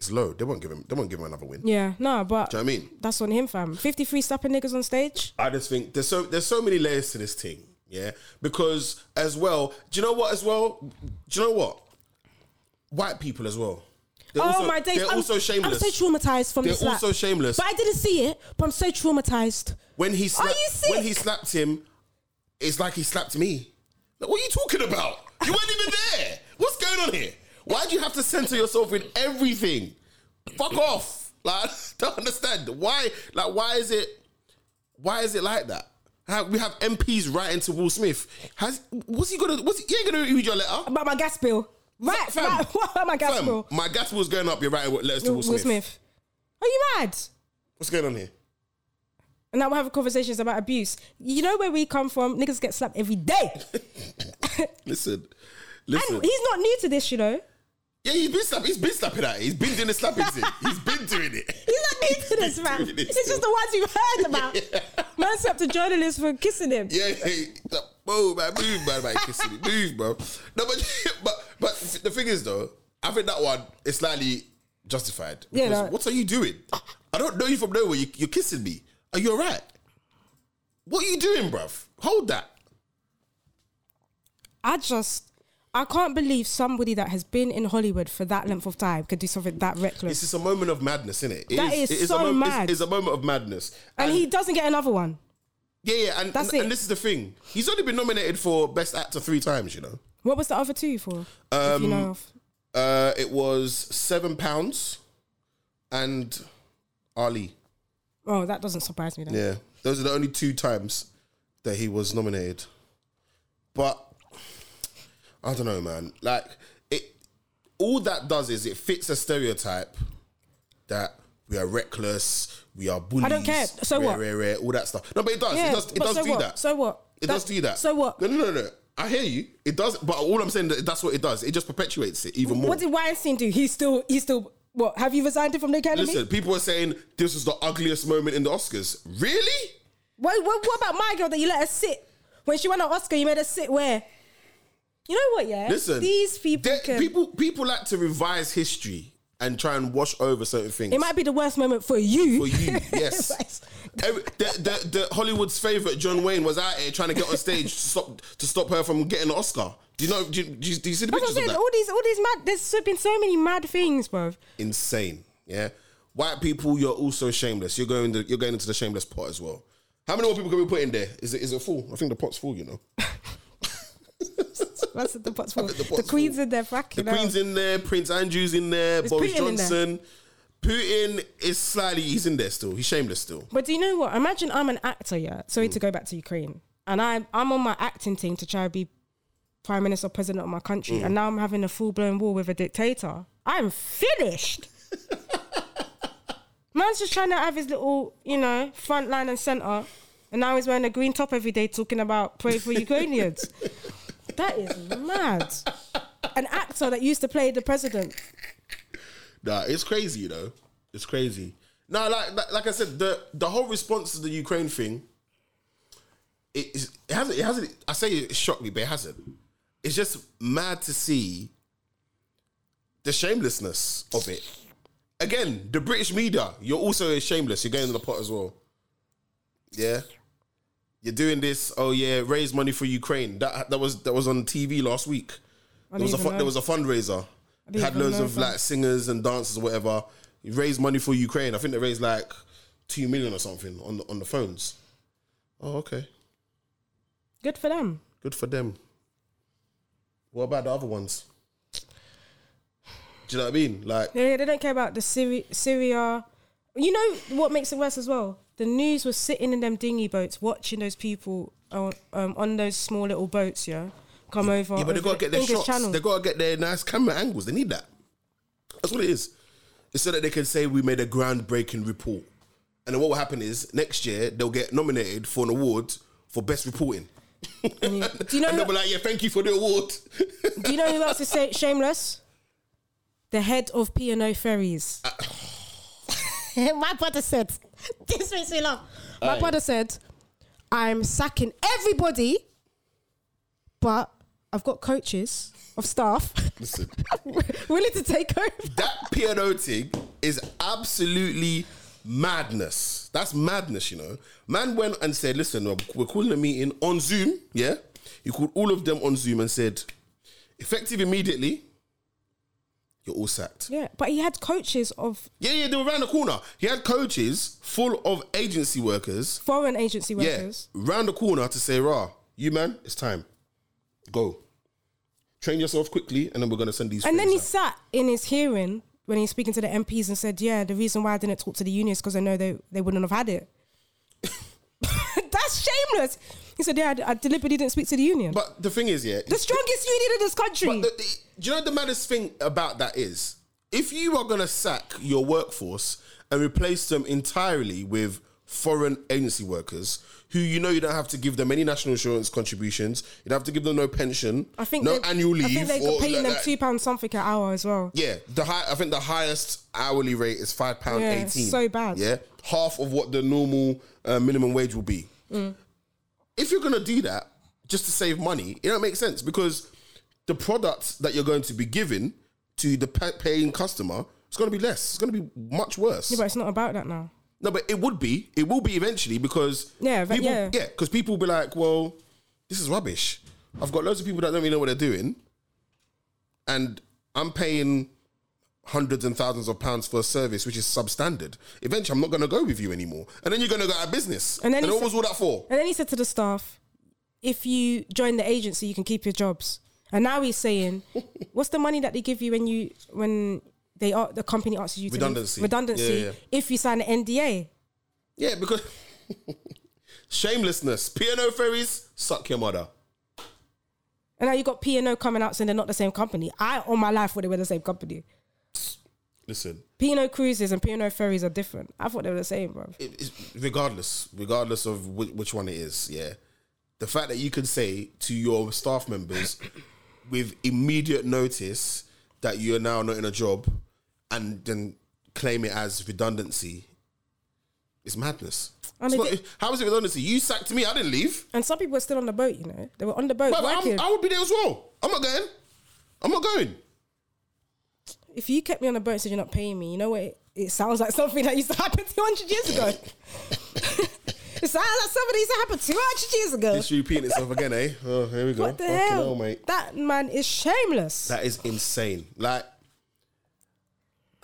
C: is low. They won't give him. They won't give him another win.
B: yeah no but
C: Do you know what I mean?
B: that's on him fam 53 slapping niggas on stage
C: I just think there's so there's so many layers to this thing. Yeah, because as well, do you know what? As well, do you know what? White people as well. They're
B: oh
C: also,
B: my days
C: They're
B: I'm,
C: also
B: i'm
C: shameless.
B: so traumatized from
C: they're
B: this slap.
C: also shameless.
B: but i didn't see it but i'm so traumatized
C: When he slapped,
B: you sick?
C: when he slapped him, it's like he slapped me. Like, what are you talking about? You weren't even there. What's going on here? Why do you have to censor yourself in everything? Fuck off. Like, (laughs) I don't understand why. Like, why is it? Why is it like that? How- we have MPs writing to Will Smith. Has what's he gonna? What's he, he ain't gonna read your letter?
B: about my gas bill. Right,
C: Fam,
B: right. (laughs) What about my gas
C: Fam,
B: bill?
C: my gas bill's going up. You're writing letters to Will
B: Will
C: Smith.
B: Smith. Are you mad?
C: What's going on here?
B: And now we're having conversations about abuse. You know where we come from? Niggas get slapped every
C: (laughs)
B: day.
C: Listen, listen.
B: and he's not new to this, you know.
C: Yeah, he's been slapping. He's been slapping at it. He's been doing the slapping thing. He's been doing it. (laughs)
B: He's not new to this, man.
C: doing this
B: It's just the ones you've heard
C: (laughs)
B: about. Man slapped a journalist for kissing him.
C: Yeah, yeah. Like, Whoa, man, move, man, man, kissing it, move, bro. No, but (laughs) but but the thing is though, I think that one is slightly justified.
B: Yeah,
C: Because
B: no.
C: What are you doing? I don't know you from nowhere. You, you're kissing me. Are you alright? What are you doing, bruv? Hold that.
B: I just, I can't believe somebody that has been in Hollywood for that length of time could do something that reckless.
C: It's just a moment of madness, isn't it? It
B: That is
C: it
B: so
C: a moment,
B: mad.
C: It's, it's a moment of madness.
B: and he doesn't get another one.
C: yeah, yeah, and
B: That's
C: and, and
B: it.
C: this is the thing. He's only been nominated for best actor three times. You know.
B: What was the other two for? if
C: Um,
B: you know of.
C: Uh, it was seven pounds and Ali.
B: Oh, that doesn't surprise me then.
C: Yeah, those are the only two times that he was nominated. But I don't know, man. Like it, all that does is it fits a stereotype that we are reckless, we are bullies.
B: don't care. So
C: rare,
B: what?
C: Rare, rare, all that stuff. No, but it does.
B: Yeah,
C: it does. It
B: but
C: does
B: so
C: do
B: what?
C: that.
B: So what?
C: It
B: That-
C: does do that.
B: so what?
C: No, no, no, no. I hear you. It does. But all I'm saying that that's what it does. It just perpetuates it even more.
B: What did Weinstein do? He's still, he's still. What have you resigned him from the academy?
C: Listen, people are saying this is the ugliest moment in the Oscars. Really?
B: What, what, what about my girl that you let her sit when she won an Oscar? You made her sit where? You know what? Yeah,
C: Listen,
B: these people.
C: there-
B: can,
C: people, people like to revise history and try and wash over certain things.
B: it might be the worst moment for you.
C: for
B: (laughs)
C: you, yes. Every- the, the, the Hollywood's favorite John Wayne was out here trying to get on stage to stop to stop her from getting an Oscar. Do you know? Do you, do you, do you see the
B: That's what I'm
C: pictures of
B: saying.
C: that?
B: All these, all these mad. There's so- been so many mad things, bro.
C: Insane. Yeah. White people, you're also shameless. You're going to, you're going into the shameless pot as well. How many more people can we put in there? Is it is it full? I think the pot's full. You know.
B: That's what the pot's for.
C: think the
B: The,
C: pot's
B: queen's
C: full.
B: in their fucking.
C: The Queen's in there, Prince Andrew's in there,
B: Is
C: Boris
B: Putin in there?
C: Johnson, Putin is slightly he's in there still. He's shameless still.
B: But do you know what? Imagine I'm an actor, yeah. Sorry to go back to Ukraine, and I I'm on my acting thing to try to be prime minister, or president of my country, and now I'm having a full blown war with a dictator. I'm finished. Man's just trying to have his little, you know, front line and center, and now he's wearing a green top every day talking about pray for Ukrainians. that is mad. An actor that used to play the president.
C: Nah, it's crazy, you know. It's crazy. No, like, like like I said, the the whole response to the Ukraine thing, it, is- it hasn't it hasn't. I say it shocked me, but it hasn't. It's just mad to see the shamelessness of it. Again, the British media, you're also shameless. You're going in the pot as well. Yeah, you're doing this. Oh yeah, raise money for Ukraine. That that was that was on TV last week. There was a
B: even
C: fun,
B: know.
C: there was a fundraiser.
B: didn't
C: Had
B: even
C: loads
B: know
C: of
B: that.
C: like singers and dancers or whatever. You raised money for Ukraine. I think they raised like two million or something on the, on the phones. Oh, okay,
B: Good for them.
C: good for them. What about the other ones? Do you know what I mean? Like,
B: They, they don't care about the Syri- Syria. You know what makes it worse as well? The news was sitting in them dinghy boats watching those people on, um, on those small little boats, yeah, come over.
C: yeah, but they
B: over
C: gotta
B: the
C: get their
B: English
C: shots.
B: Channel.
C: They gotta get their nice camera angles. They need that. That's what it is. It's so that they can say we made a groundbreaking report. And then what will happen is next year they'll get nominated for an award for best reporting.
B: Do you
C: (laughs) and
B: know?
C: they'll be like, yeah, thank you for the award.
B: do you know who else is sa- shameless? The head of P and O Ferries.
C: Uh,
B: (laughs) My brother said, "This makes me laugh." My brother said, "I'm sacking everybody, but I've got coaches of staff
C: Listen,
B: (laughs) willing to take over."
C: that piano thing is absolutely madness. That's madness, you know. Man went and said, listen, we're- we're calling a meeting on Zoom. Yeah. He called all of them on Zoom and said, effective immediately, you're all sacked.
B: Yeah, but he had coaches of
C: Yeah, yeah, they were round the corner. He had coaches full of agency workers.
B: foreign agency workers.
C: Yeah, round the corner to say, "Rah, you man, it's time. Go, train yourself quickly, and then we're gonna send these."
B: And then he
C: things out."
B: sat in his hearing when he was speaking to the MPs and said, Yeah, the reason why I didn't talk to the unions because I know they, they wouldn't have had it. (laughs) That's shameless. He said, Yeah, I, I deliberately didn't speak to the union.
C: But the thing is, yeah,
B: the strongest union in this country.
C: But the, the- do you know what the maddest thing about that is? If you are going to sack your workforce and replace them entirely with foreign agency workers who you know you don't have to give them any national insurance contributions, you don't have to give them no pension,
B: I think
C: no
B: they-
C: annual leave.
B: I think they're
C: or
B: paying
C: like
B: them
C: that.
B: two pounds something an hour as well.
C: Yeah, the high. I think the highest hourly rate is five pound
B: Yeah, it's
C: eighteen.
B: so bad.
C: Yeah, half of what the normal uh, minimum wage will be.
B: Mm.
C: If you're gonna do that just to save money, it don't make sense because the product that you're going to be giving to the pa- paying customer is going to be less. It's going to be much worse.
B: But it's not about that now.
C: No, but it would be. It will be eventually because
B: Yeah, but
C: people,
B: yeah.
C: because people will be like, well, this is rubbish. I've got loads of people that don't really know what they're doing, and I'm paying hundreds and thousands of pounds for a service which is substandard. Eventually, I'm not going to go with you anymore, and then you're going to go out of business.
B: And
C: And,
B: then
C: then
B: he
C: what
B: sa-
C: was all that for?
B: And then he said to the staff, if you join the agency, you can keep your jobs. And now
C: (laughs)
B: he's saying, what's the money that they give you when you when they are the company asks you to leave?
C: Redundancy.
B: redundancy
C: Yeah, yeah.
B: if you sign an NDA?
C: Yeah, because (laughs) shamelessness. Piano ferries suck your mother.
B: And now you got P and O coming out saying they're not the same company. I all my life thought they were the same company.
C: Listen,
B: P and O cruises and P and O ferries are different. I thought they were the same, bro.
C: it- it's, regardless, regardless of which, which one it is, yeah, the fact that you can say to your staff members (coughs) with immediate notice that you are now not in a job, and then claim it as redundancy, is madness.
B: And
C: It's
B: it-
C: not, how is it redundancy? You sacked me. I didn't leave.
B: And some people were still on the boat. You know, they were on the boat
C: But
B: working.
C: I'm, I would be there as well. I'm not going. I'm not going.
B: if you kept me on the boat and said you're not paying me, you know what? It, it sounds like something that used to happen (laughs) 200 years ago. it sounds like something that used to happen 200 years ago.
C: It's repeating itself again, eh? Oh, here we go.
B: what the
C: Fucking
B: hell?
C: hell, mate.
B: That man is shameless.
C: That is insane. Like,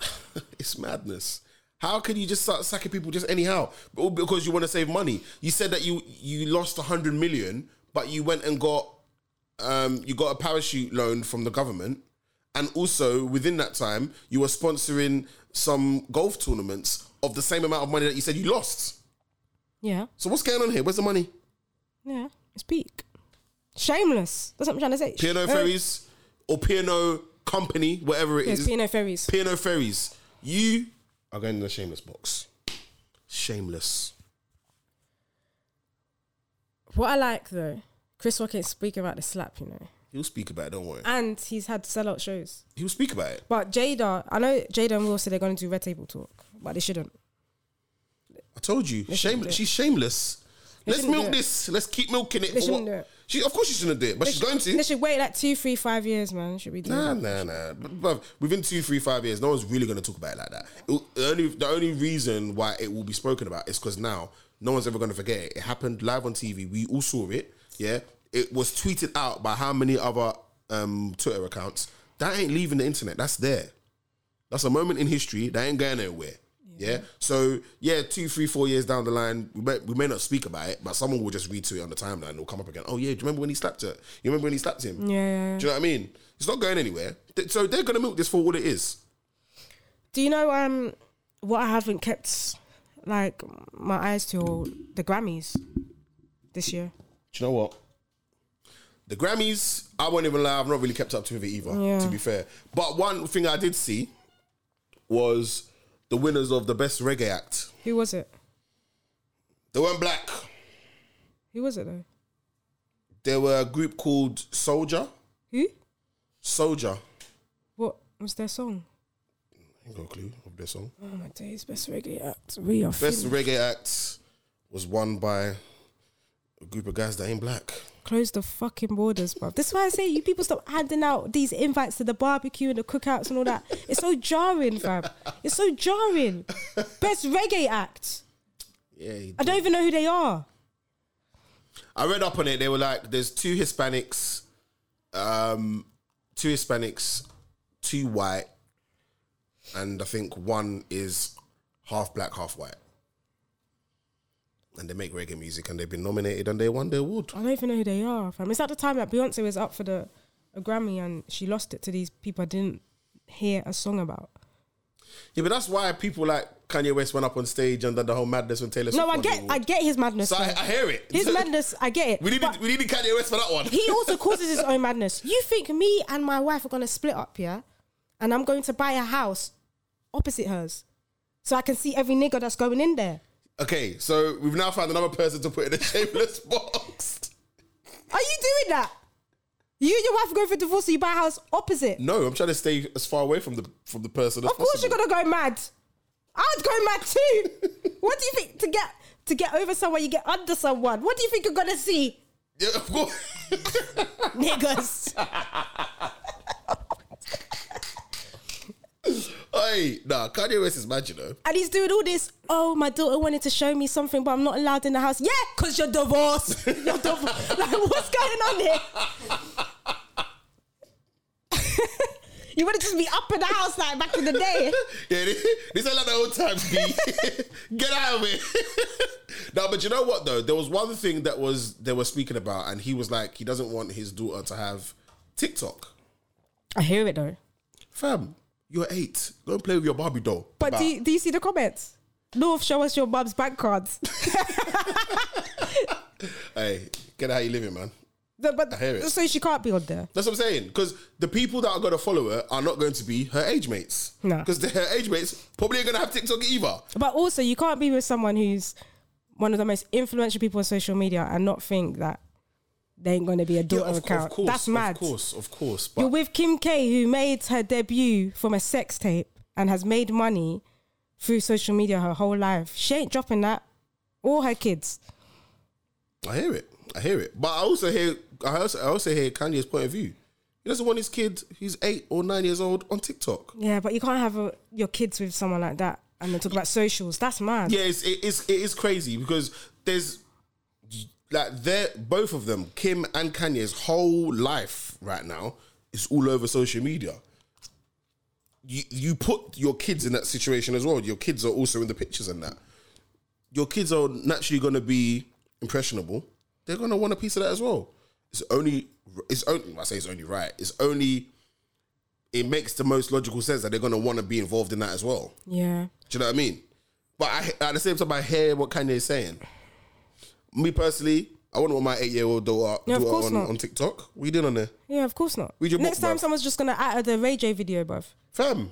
C: (sighs) it's madness. How can you just start sacking people just anyhow? All because you want to save money. You said that you you lost hundred million, but you went and got um you got a parachute loan from the government, And also within that time, you were sponsoring some golf tournaments of the same amount of money that you said you lost.
B: Yeah,
C: So what's going on here? Where's the money?
B: yeah, it's peak. Shameless. That's what I'm trying to say.
C: P&O
B: Uh,
C: Ferries or P&O Company, whatever it
B: Yes,
C: is.
B: P&O Ferries.
C: P&O Ferries, you are going in the shameless box. Shameless.
B: What I like though, Chris Rock ain't speaking about the slap, you know,
C: He'll speak about it, don't worry.
B: and he's had sellout shows.
C: He'll speak about it.
B: But Jada, I know Jada and Will said they're going to do Red Table Talk, but they shouldn't.
C: I told you,
B: shouldn't do
C: shameless.
B: it.
C: She's shameless. Let's
B: shouldn't
C: milk
B: do it.
C: this. Let's keep milking it.
B: They
C: for what?
B: shouldn't do it.
C: She, of course, she shouldn't do it, but she's going to.
B: They should wait like two, three, five years, man. Should we do?
C: Nah,
B: that.
C: nah, nah. But, but within two, three, five years, no one's really going to talk about it like that. It, the only the only reason why it will be spoken about is because now no one's ever going to forget it. It happened live on TV. We all saw it. Yeah, it was tweeted out by how many other um, Twitter accounts. That ain't leaving the internet. That's there. That's a moment in history that ain't going nowhere. Yeah. So yeah, two, three, four years down the line, we may, we may not speak about it, but someone will just read to it on the timeline. It'll come up again. Oh yeah, do you remember when he slapped her? You remember when he slapped him?
B: Yeah, yeah, yeah.
C: Do you know what I mean? It's not going anywhere. Th- So they're going to milk this for what it is.
B: Do you know um what I haven't kept like my eyes to the Grammys this year?
C: Do you know what? The Grammys, I won't even lie, I've not really kept up to it either,
B: Yeah.
C: to be fair. But one thing I did see was the winners of the Best Reggae Act.
B: Who was it?
C: They weren't black.
B: Who was it though?
C: They were a group called Soldier.
B: Who?
C: Soldier.
B: What was their song?
C: Ain't got a clue of their song.
B: Oh my days, best reggae act. We are
C: Best
B: feeling-
C: Reggae Act was won by a group of guys that ain't black.
B: close the fucking borders, bruv. This is why I say you people stop handing out these invites to the barbecue and the cookouts and all that. It's so jarring, fam. It's so jarring. Best reggae act.
C: Yeah, he
B: I don't even know who they are.
C: I read up on it. They were like, there's two Hispanics, um, two Hispanics, two white, and I think one is half black, half white. And they make reggae music, and they've been nominated, and they won the award.
B: I don't even know who they are, fam. It's at the time that Beyonce was up for the a Grammy and she lost it to these people I didn't hear a song about.
C: Yeah, but that's why people like Kanye West went up on stage and done the whole madness with Taylor Swift.
B: No, I
C: won the
B: get I
C: award.
B: get his madness.
C: So I,
B: fam.
C: I hear it.
B: his madness, I get it.
C: We needed
B: but
C: we needed Kanye West for that one.
B: he also causes his own madness. You think me and my wife are gonna split up, yeah? And I'm going to buy a house opposite hers. So I can see every nigga that's going in there.
C: okay, so we've now found another person to put in a (laughs) shameless box.
B: Are you doing that? You and your wife go for divorce, so you buy a house opposite.
C: No, I'm trying to stay as far away from the from the person as
B: Of course
C: possible.
B: you're gonna go mad. I'd go
C: (laughs)
B: mad too. what do you think to get to get over someone? You get under someone. What do you think you're gonna see, (laughs)
C: Yeah, of course. (laughs)
B: niggas?
C: hey, nah, Kanye West is mad, you know. (laughs)
B: and he's doing all this. Oh, my daughter wanted to show me something, but I'm not allowed in the house. Yeah, cause you're
C: (laughs)
B: divorced. You're divorced. like, what's going on here? (laughs) you would have just be up in the house like back in the day.
C: Yeah, this, this ain't like the old times, B. (laughs) Get out of (laughs) it. no, but you know what though? There was one thing that was they were speaking about, and he was like, he doesn't want his daughter to have TikTok.
B: I hear it though.
C: Fam, you're eight. Go and play with your Barbie doll.
B: But
C: Bah.
B: do you, do you see the comments? North, show us your mum's
C: (laughs)
B: bank cards.
C: hey, get out how you living, man.
B: No, but
C: I hear it.
B: so she can't be on there.
C: That's what I'm saying. Because the people that are going to follow her are not going to be her age mates.
B: No.
C: Because her age mates probably ain't going to have TikTok either.
B: But also, you can't be with someone who's one of the most influential people on social media and not think that they ain't going to be a
C: Yeah,
B: daughter account. That's mad.
C: Of course, of course. But
B: You're with Kim K, who made her debut from a sex tape and has made money through social media her whole life. She ain't dropping that. Or her kids.
C: I hear it. I hear it. But I also hear I also, I also hear Kanye's point of view. He doesn't want his kid who's eight or nine years old on TikTok.
B: Yeah, but you can't have a, your kids with someone like that and then talk about socials. That's mad.
C: Yeah, it's, it is it is crazy because there's like they're both of them, Kim and Kanye's whole life right now is all over social media. You you put your kids in that situation as well. Your kids are also in the pictures and that. Your kids are naturally going to be impressionable. They're going to want a piece of that as well. It's only it's only I say it's only right. It's only it makes the most logical sense that they're gonna want to be involved in that as well.
B: Yeah.
C: Do you know what I mean? But I, at the same time, I hear what Kanye's saying. Me personally, I wouldn't want my eight-year-old daughter,
B: No, of
C: daughter
B: course
C: on,
B: not.
C: on TikTok. What you doing on there,
B: Yeah, of course not.
C: Read your
B: Next
C: book,
B: time,
C: bruv.
B: someone's just gonna add the Ray J video, bruv.
C: fam?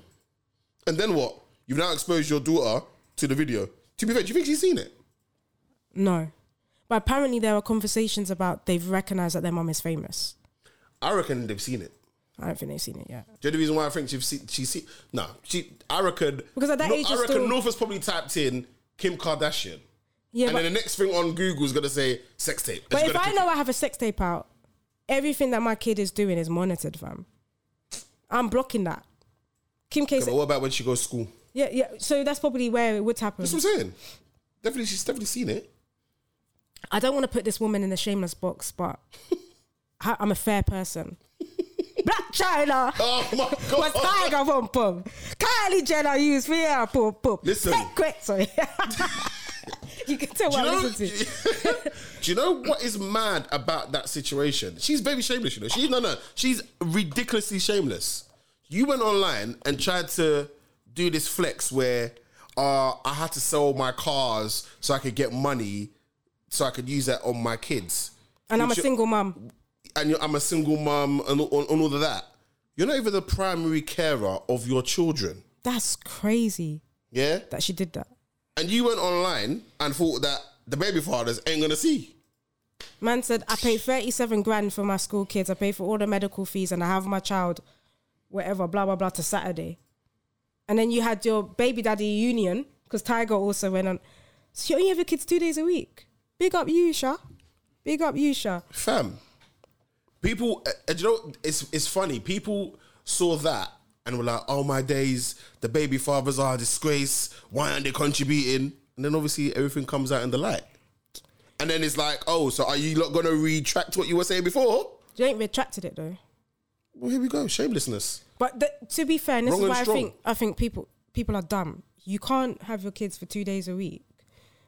C: And then what? You've now exposed your daughter to the video. To be fair, do you think she's seen it?
B: No, but apparently there are conversations about they've recognized that their mum is famous.
C: I reckon they've seen it.
B: I don't think they've seen it yet.
C: Do you know the reason why I think she's seen, she's seen? Nah, she. I reckon
B: Because at that age,
C: I
B: you're
C: reckon
B: still-
C: North has probably tapped in Kim Kardashian,
B: Yeah,
C: and
B: but,
C: then the next thing on Google is gonna say sex tape. It's
B: but if
C: gonna
B: I
C: click
B: know
C: it.
B: I have a sex tape out, everything that my kid is doing is monitored, fam. I'm blocking that. Kim K.
C: Yeah, but what about when she goes to school?
B: Yeah, yeah. So that's probably where it would happen.
C: That's what I'm saying. Definitely, she's definitely seen it.
B: I don't want to put this woman in the shameless
C: (laughs)
B: box, but I- I'm a fair person. Black China.
C: Oh my
B: was
C: god!
B: tiger pum pum. Kylie Jenner used for yeah pum pum.
C: Listen.
B: Take quick, sorry. (laughs) you can tell
C: Do
B: what
C: you,
B: I
C: know,
B: listen to.
C: (laughs) do you know what is mad about that situation? She's very shameless, you know. She no no, she's ridiculously shameless. You went online and tried to do this flex where uh, I had to sell my cars so I could get money so I could use that on my kids.
B: And I'm a
C: Which-
B: single mum.
C: and you're, I'm a single mum and, all- and all of that. You're not even the primary carer of your children.
B: That's crazy
C: Yeah?
B: that she did that.
C: And you went online and thought that the baby fathers ain't gonna see.
B: Man said, I pay 37 grand for my school kids. I pay for all the medical fees and I have my child, whatever, blah, blah, blah, to Saturday. And then you had your baby daddy union because Tiger also went on. So you only have your kids two days a week. Big up you, Sha. Big up you, Sha.
C: fam. People, uh, uh, do you know, it's it's funny. People saw that and were like, "Oh my days, the baby fathers are a disgrace. Why aren't they contributing?" And then obviously everything comes out in the light. And then it's like, "Oh, so are you not gonna retract what you were saying before?"
B: You ain't retracted it though.
C: Well, here we go, shamelessness.
B: But the, to be fair, and this
C: Wrong
B: is
C: and
B: why I
C: strong.
B: think I think people people are dumb. You can't have your kids for two days a week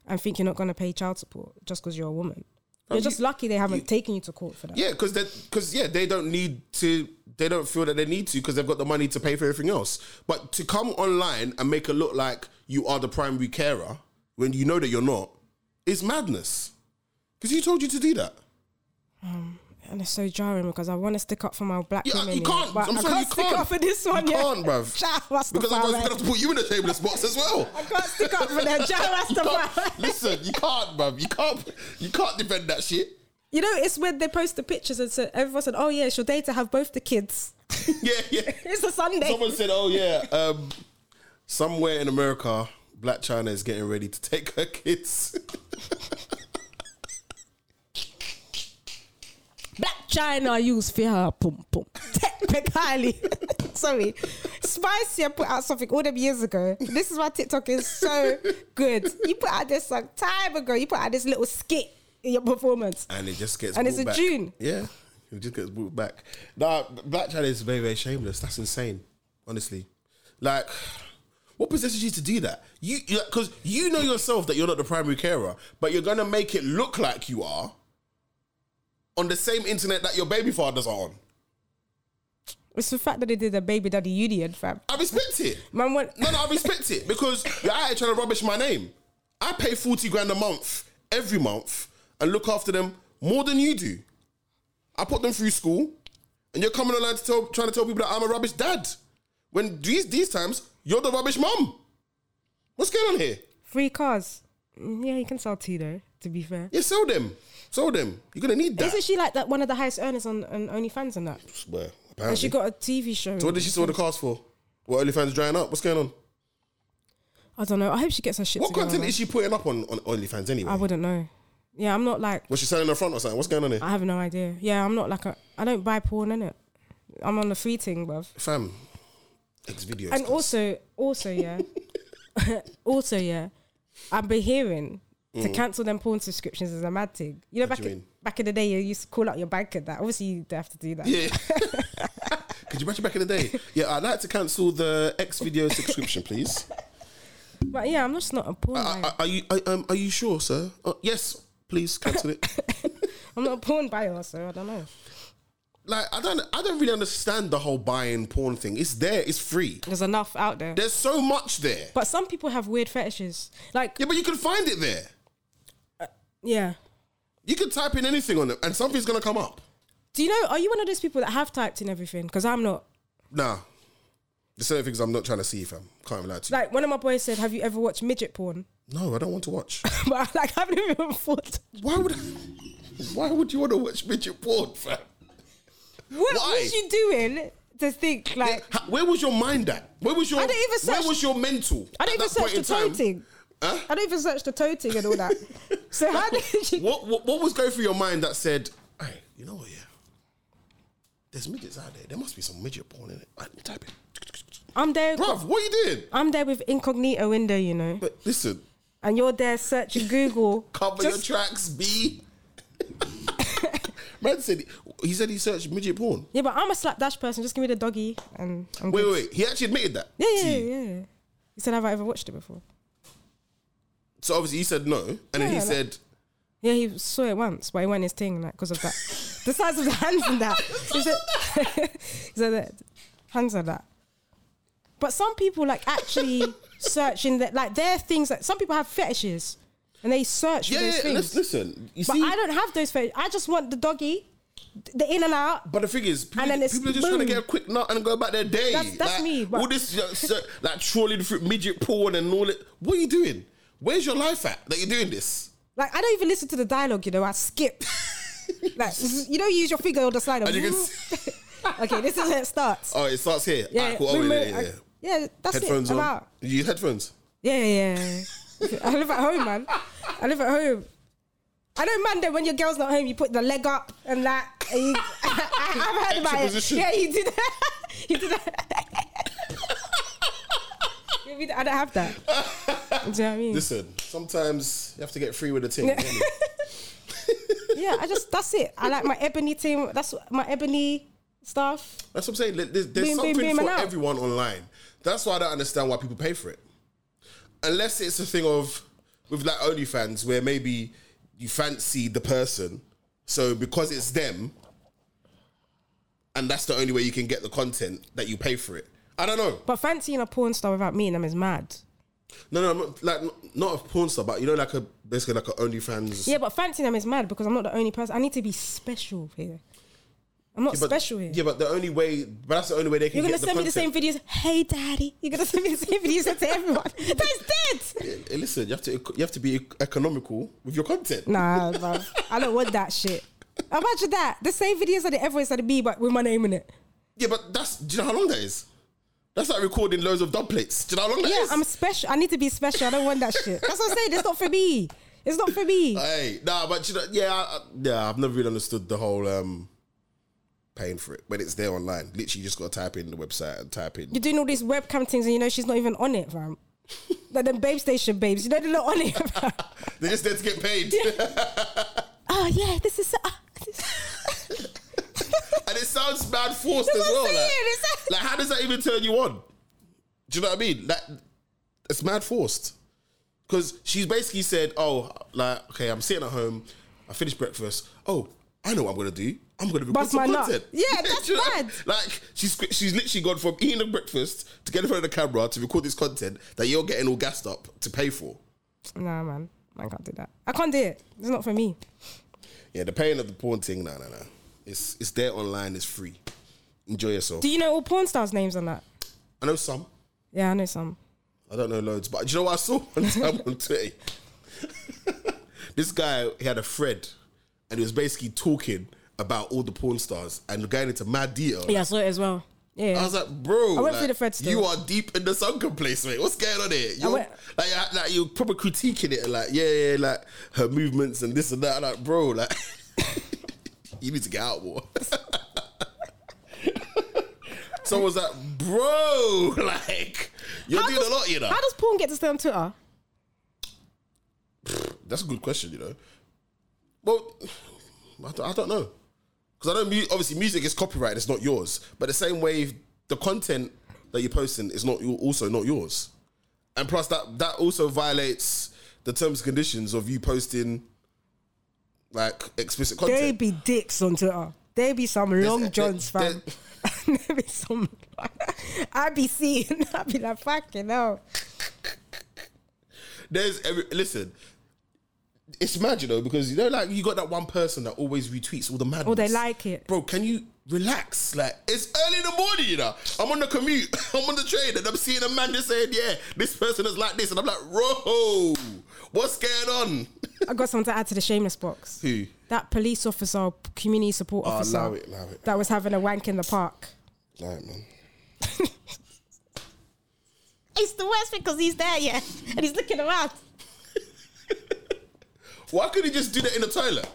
B: and think you're not going to pay child support just because you're a woman.
C: Um,
B: You're just lucky they haven't taken you to court for that.
C: Yeah, because because yeah, they don't need to. They don't feel that they need to because they've got the money to pay for everything else. But to come online and make it look like you are the primary carer when you know that you're not is madness. Because who told you to do that?
B: And it's so jarring because I want to stick up for my black
C: You,
B: women.
C: you can't.
B: But
C: I'm
B: I
C: sorry,
B: can't
C: you
B: stick
C: can't.
B: up for this one.
C: You
B: yeah.
C: can't,
B: (laughs)
C: bruv.
B: Jah
C: Because I'm going to have
B: Rastafari.
C: to put you in the shameless box as well.
B: (laughs) I can't stick up for them.
C: (laughs)
B: Jah
C: You can't-
B: Rastafari.
C: Listen, you can't, bruv. You can't. You can't defend that shit. (laughs)
B: You know, it's when they post the pictures and said, everyone said, "Oh yeah, it's your day to have both the kids."
C: Yeah, yeah.
B: It's a Sunday.
C: Someone said, "Oh yeah, um, somewhere in America, Black China is getting ready to take her kids."
B: Black China use for her pum pum. Technically, (laughs) sorry, Spicy. I put out something all them years ago. This is why TikTok is so good. You put out this song time ago. You put out this little skit in your performance.
C: and it just gets
B: And
C: brought
B: it's a
C: back.
B: June.
C: Yeah, it just gets brought back. Nah, Black China is very very shameless. That's insane, honestly. Like, what possesses you to do that? You because you know yourself that you're not the primary carer, but you're gonna make it look like you are on the same internet that your baby fathers are on.
B: It's the fact that they did a baby daddy union, fam.
C: I respect it.
B: Man went.
C: No, no, I respect it because you're out here trying to rubbish my name. I pay 40 grand a month, every month, and look after them more than you do. I put them through school, and you're coming online to tell, trying to tell people that I'm a rubbish dad. When these, these times, you're the rubbish mum. What's going on here?
B: Free cars. Mm, Yeah, you can sell two though. To be fair,
C: Yeah, sell them. Sell them. You're going to need that.
B: isn't she like that? One of the highest earners on, on OnlyFans and that.
C: Well,
B: And she
C: apparently.
B: got a TV show.
C: so what did she sell the cars for? What, OnlyFans drying up? What's going on?
B: I don't know. I hope she gets her shit.
C: What
B: together,
C: content
B: man.
C: is she putting up on, on OnlyFans anyway?
B: I wouldn't know. Yeah, I'm not like.
C: Was she selling her front or something? What's going on here?
B: I have no idea. Yeah, I'm not like a. I don't buy porn in it. I'm on the free thing, bruv.
C: Fam, X videos.
B: And also,
C: (laughs)
B: also, yeah, also, yeah, I've been hearing to cancel them porn subscriptions is a mad thing. You know,
C: Mm. What
B: back
C: do you
B: in,
C: mean?
B: back in the day, you used to call out your bank at that. Obviously, you don't have to do that. (laughs)
C: Yeah. Could you imagine back in the day? Yeah, I'd like to cancel the X video subscription,
B: (laughs)
C: please.
B: But yeah, I'm just not a porn.
C: Are,
B: buyer.
C: are- are you are, um, are you sure, sir?
B: (laughs)
C: Uh, yes, please cancel it.
B: I'm not a porn buyer, so I don't know.
C: like I don't I don't really understand the whole buying porn thing. It's there, it's free.
B: There's enough out there.
C: There's so much there.
B: But some people have weird fetishes. Like,
C: Yeah, but you can find it there.
B: yeah.
C: You can type in anything on it and something's gonna come up.
B: Do you know, are you one of those people that have typed in everything? Because I'm not.
C: Nah. There's certain things I'm not trying to see, fam. Can't even lie to you.
B: Like, one of my boys said, Have you ever watched midget porn?
C: No, I don't want to watch.
B: (laughs) but I, like, I haven't even thought.
C: Why would why would you want to watch midget porn, fam?
B: What
C: Why?
B: was you doing to think, like,
C: Ha- Where was your mind at? Where was your
B: I don't even
C: Where
B: search-
C: was your mental?
B: I don't
C: at
B: even
C: that point
B: search the
C: in
B: toe
C: time?
B: thing.
C: Huh?
B: (laughs) I don't even search the toe thing and all that. so, how did you.
C: What, what what was going through your mind that said, "Hey, you know what? Yeah, there's midgets out there. There must be some midget porn in it." I didn't type it,
B: I'm there.
C: bruv. What you doing?
B: I'm there with incognito window, you know,
C: But listen,
B: and you're there searching (laughs) Google.
C: cover
B: Just-
C: your tracks,
B: (laughs)
C: B. Man said he said he searched midget porn.
B: Yeah, but I'm a slapdash person. Just give me the doggy, and I'm
C: Wait,
B: good.
C: wait, wait. he actually admitted that.
B: Yeah, yeah,
C: to you?
B: yeah, yeah. He said, "Have I ever watched it before?"
C: So obviously he said no, and then he
B: Yeah, like-
C: said,
B: Yeah, he saw it once, but he went his thing like because of that, the size of the hands
C: (laughs)
B: and that. He said, (laughs) he said that hands are that. But some people like actually
C: (laughs)
B: searching that, like there are things that some people have fetishes, and they search
C: "Yeah,
B: for those
C: yeah,
B: things.
C: let's listen." You
B: but
C: see,
B: I don't have those fetishes. I just want the doggy, the in and out,
C: But the thing is, people,
B: And then it's
C: people are just trying to
B: boom.
C: get a quick nut and go about their day.
B: That's- that's
C: like,
B: me, but-
C: all this uh, so- like trolling through midget porn and all it. What are you doing? Where's your life at that you're doing this?
B: Like I don't even listen to the dialogue, you know. I skip. (laughs) like (laughs) you don't use your finger on the slider.
C: And you can
B: (laughs) okay, this is how it starts.
C: (laughs) Oh, it starts here.
B: Yeah,
C: Ah, cool. Oh,
B: remote-
C: yeah, yeah, yeah.
B: yeah, (laughs) that's
C: Headphones
B: it. I'm
C: on.
B: out.
C: You use headphones.
B: Yeah, yeah. yeah. (laughs) I live at home, man. I live at home. I don't mind that when your girl's not home, you put the leg up and that. and you- (laughs) I, have heard about
C: Extra
B: it.
C: position.
B: Yeah, you do that. (laughs) you do that. (laughs) Yeah, we- I don't have that. Do you know what I mean?
C: Listen, sometimes you have to get free with the
B: (laughs)
C: thing. don't you?
B: yeah, I just that's it. I like my ebony team. That's my ebony stuff.
C: That's what I'm saying. There's, there's
B: Boom, boom,
C: something
B: boom,
C: for
B: and out.
C: everyone online. That's why I don't understand why people pay for it. Unless it's a thing of with like OnlyFans where maybe you fancy the person, so because it's them, and that's the only way you can get the content that you pay for it. I don't know.
B: But fancying a porn star without meeting them is mad.
C: No, no, I'm not, like not a porn star, but you know, like a basically like an OnlyFans.
B: Yeah, but fancying them is mad because I'm not the only person. I need to be special here. I'm not
C: but,
B: special here.
C: Yeah, but the only way, but that's the only way they can.
B: You're gonna
C: get
B: send
C: the
B: me the same
C: content.
B: videos. Hey, daddy. You're gonna send me the same videos to everyone. (laughs) That's dead.
C: Eh, Listen, you have to you have to be e, economical with your content.
B: Nah, bruv. I don't want that shit. Imagine that. The same videos that everyone's that be, but with my name in it.
C: Yeah, but that's do you know how long that is? That's like recording loads of dub plates. Do you know how long that
B: Yeah,
C: is?
B: I'm special. I need to be special. I don't want that shit. That's what I'm saying. It's not for me. It's not for me.
C: Hey, nah, but you know, yeah, I, I- yeah, I've never really understood the whole um paying for it when it's there online. Literally, you just got to type in the website and type in.
B: you're doing all these webcam things and you know she's not even on it, fam. like the babe station babes, you know they're not on it. fam.
C: They're just there to get
B: (laughs)
C: paid,
B: oh yeah, this is. Uh, this-
C: and it sounds bad forced
B: That's
C: as
B: what I'm
C: well.
B: saying,
C: Like,
B: (laughs) it's-
C: like, how does that even turn you on? Do you know what I mean? Like, it's mad forced. Because she's basically said, oh, like, okay, I'm sitting at home, I finished breakfast. Oh, I know what I'm going to do. I'm going to record
B: Bust
C: some
B: my nut.
C: content.
B: Yeah,
C: (laughs)
B: that's
C: do you know-
B: mad.
C: Like, she's, she's literally gone from eating the breakfast to get in front of the camera to record this content that you're getting all gassed up to pay for.
B: (laughs) nah, man, I can't do that. I can't do it. It's not for me.
C: Yeah, the paying of the porn thing, no, no, no. It's, it's there online, it's free. Enjoy yourself.
B: Do you know all porn stars' names on that?
C: I know some.
B: Yeah, I know some.
C: I don't know loads, but do you know what I saw (laughs) one time on Twitter? (laughs) this guy, he had a thread, and he was basically talking about all the porn stars and going into mad detail.
B: Yeah, I saw it as well. Yeah,
C: I was like, bro,
B: I went
C: like,
B: through the thread still.
C: you are deep in the sunken place, mate. What's going on here? You're,
B: went-
C: like, you're- like, you're probably critiquing it, and like, yeah, yeah, like her movements and this and that. I'm like, bro, like, (laughs) you need to get out more. (laughs) Someone was like, bro, (laughs) like, you're doing a lot, you know.
B: How does porn get to stay on Twitter?
C: That's a good question, you know. Well, (sighs) I don't, I don't know because I don't. mu- Obviously, music is copyright; it's not yours. But the same way, the content that you're posting is not your- also not yours, and plus that that also violates the terms and conditions of you posting like explicit content.
B: Baby dicks on Twitter. There be some long johns,
C: there-
B: (laughs) fam. there be some. (laughs) I be seeing. (laughs) I be like fucking hell.
C: There's every listen. It's mad, you know, because you know, like you got that one person that always retweets all the madness.
B: Or Oh, they like it.
C: bro. Can you relax? Like it's early in the morning, you know. I'm on the commute. (laughs) I'm on the train, and I'm seeing a man just saying, "Yeah, this person is like this," and I'm like, "Whoa, what's going on?" (laughs)
B: I got something to add to the shameless box.
C: Who?
B: That police officer, community support officer,
C: allow Oh, it, allow it.
B: that was having a wank in the park. (laughs)
C: Like, man.
B: It's the worst because he's there, yeah, and he's looking around.
C: Why could he just do that in the toilet?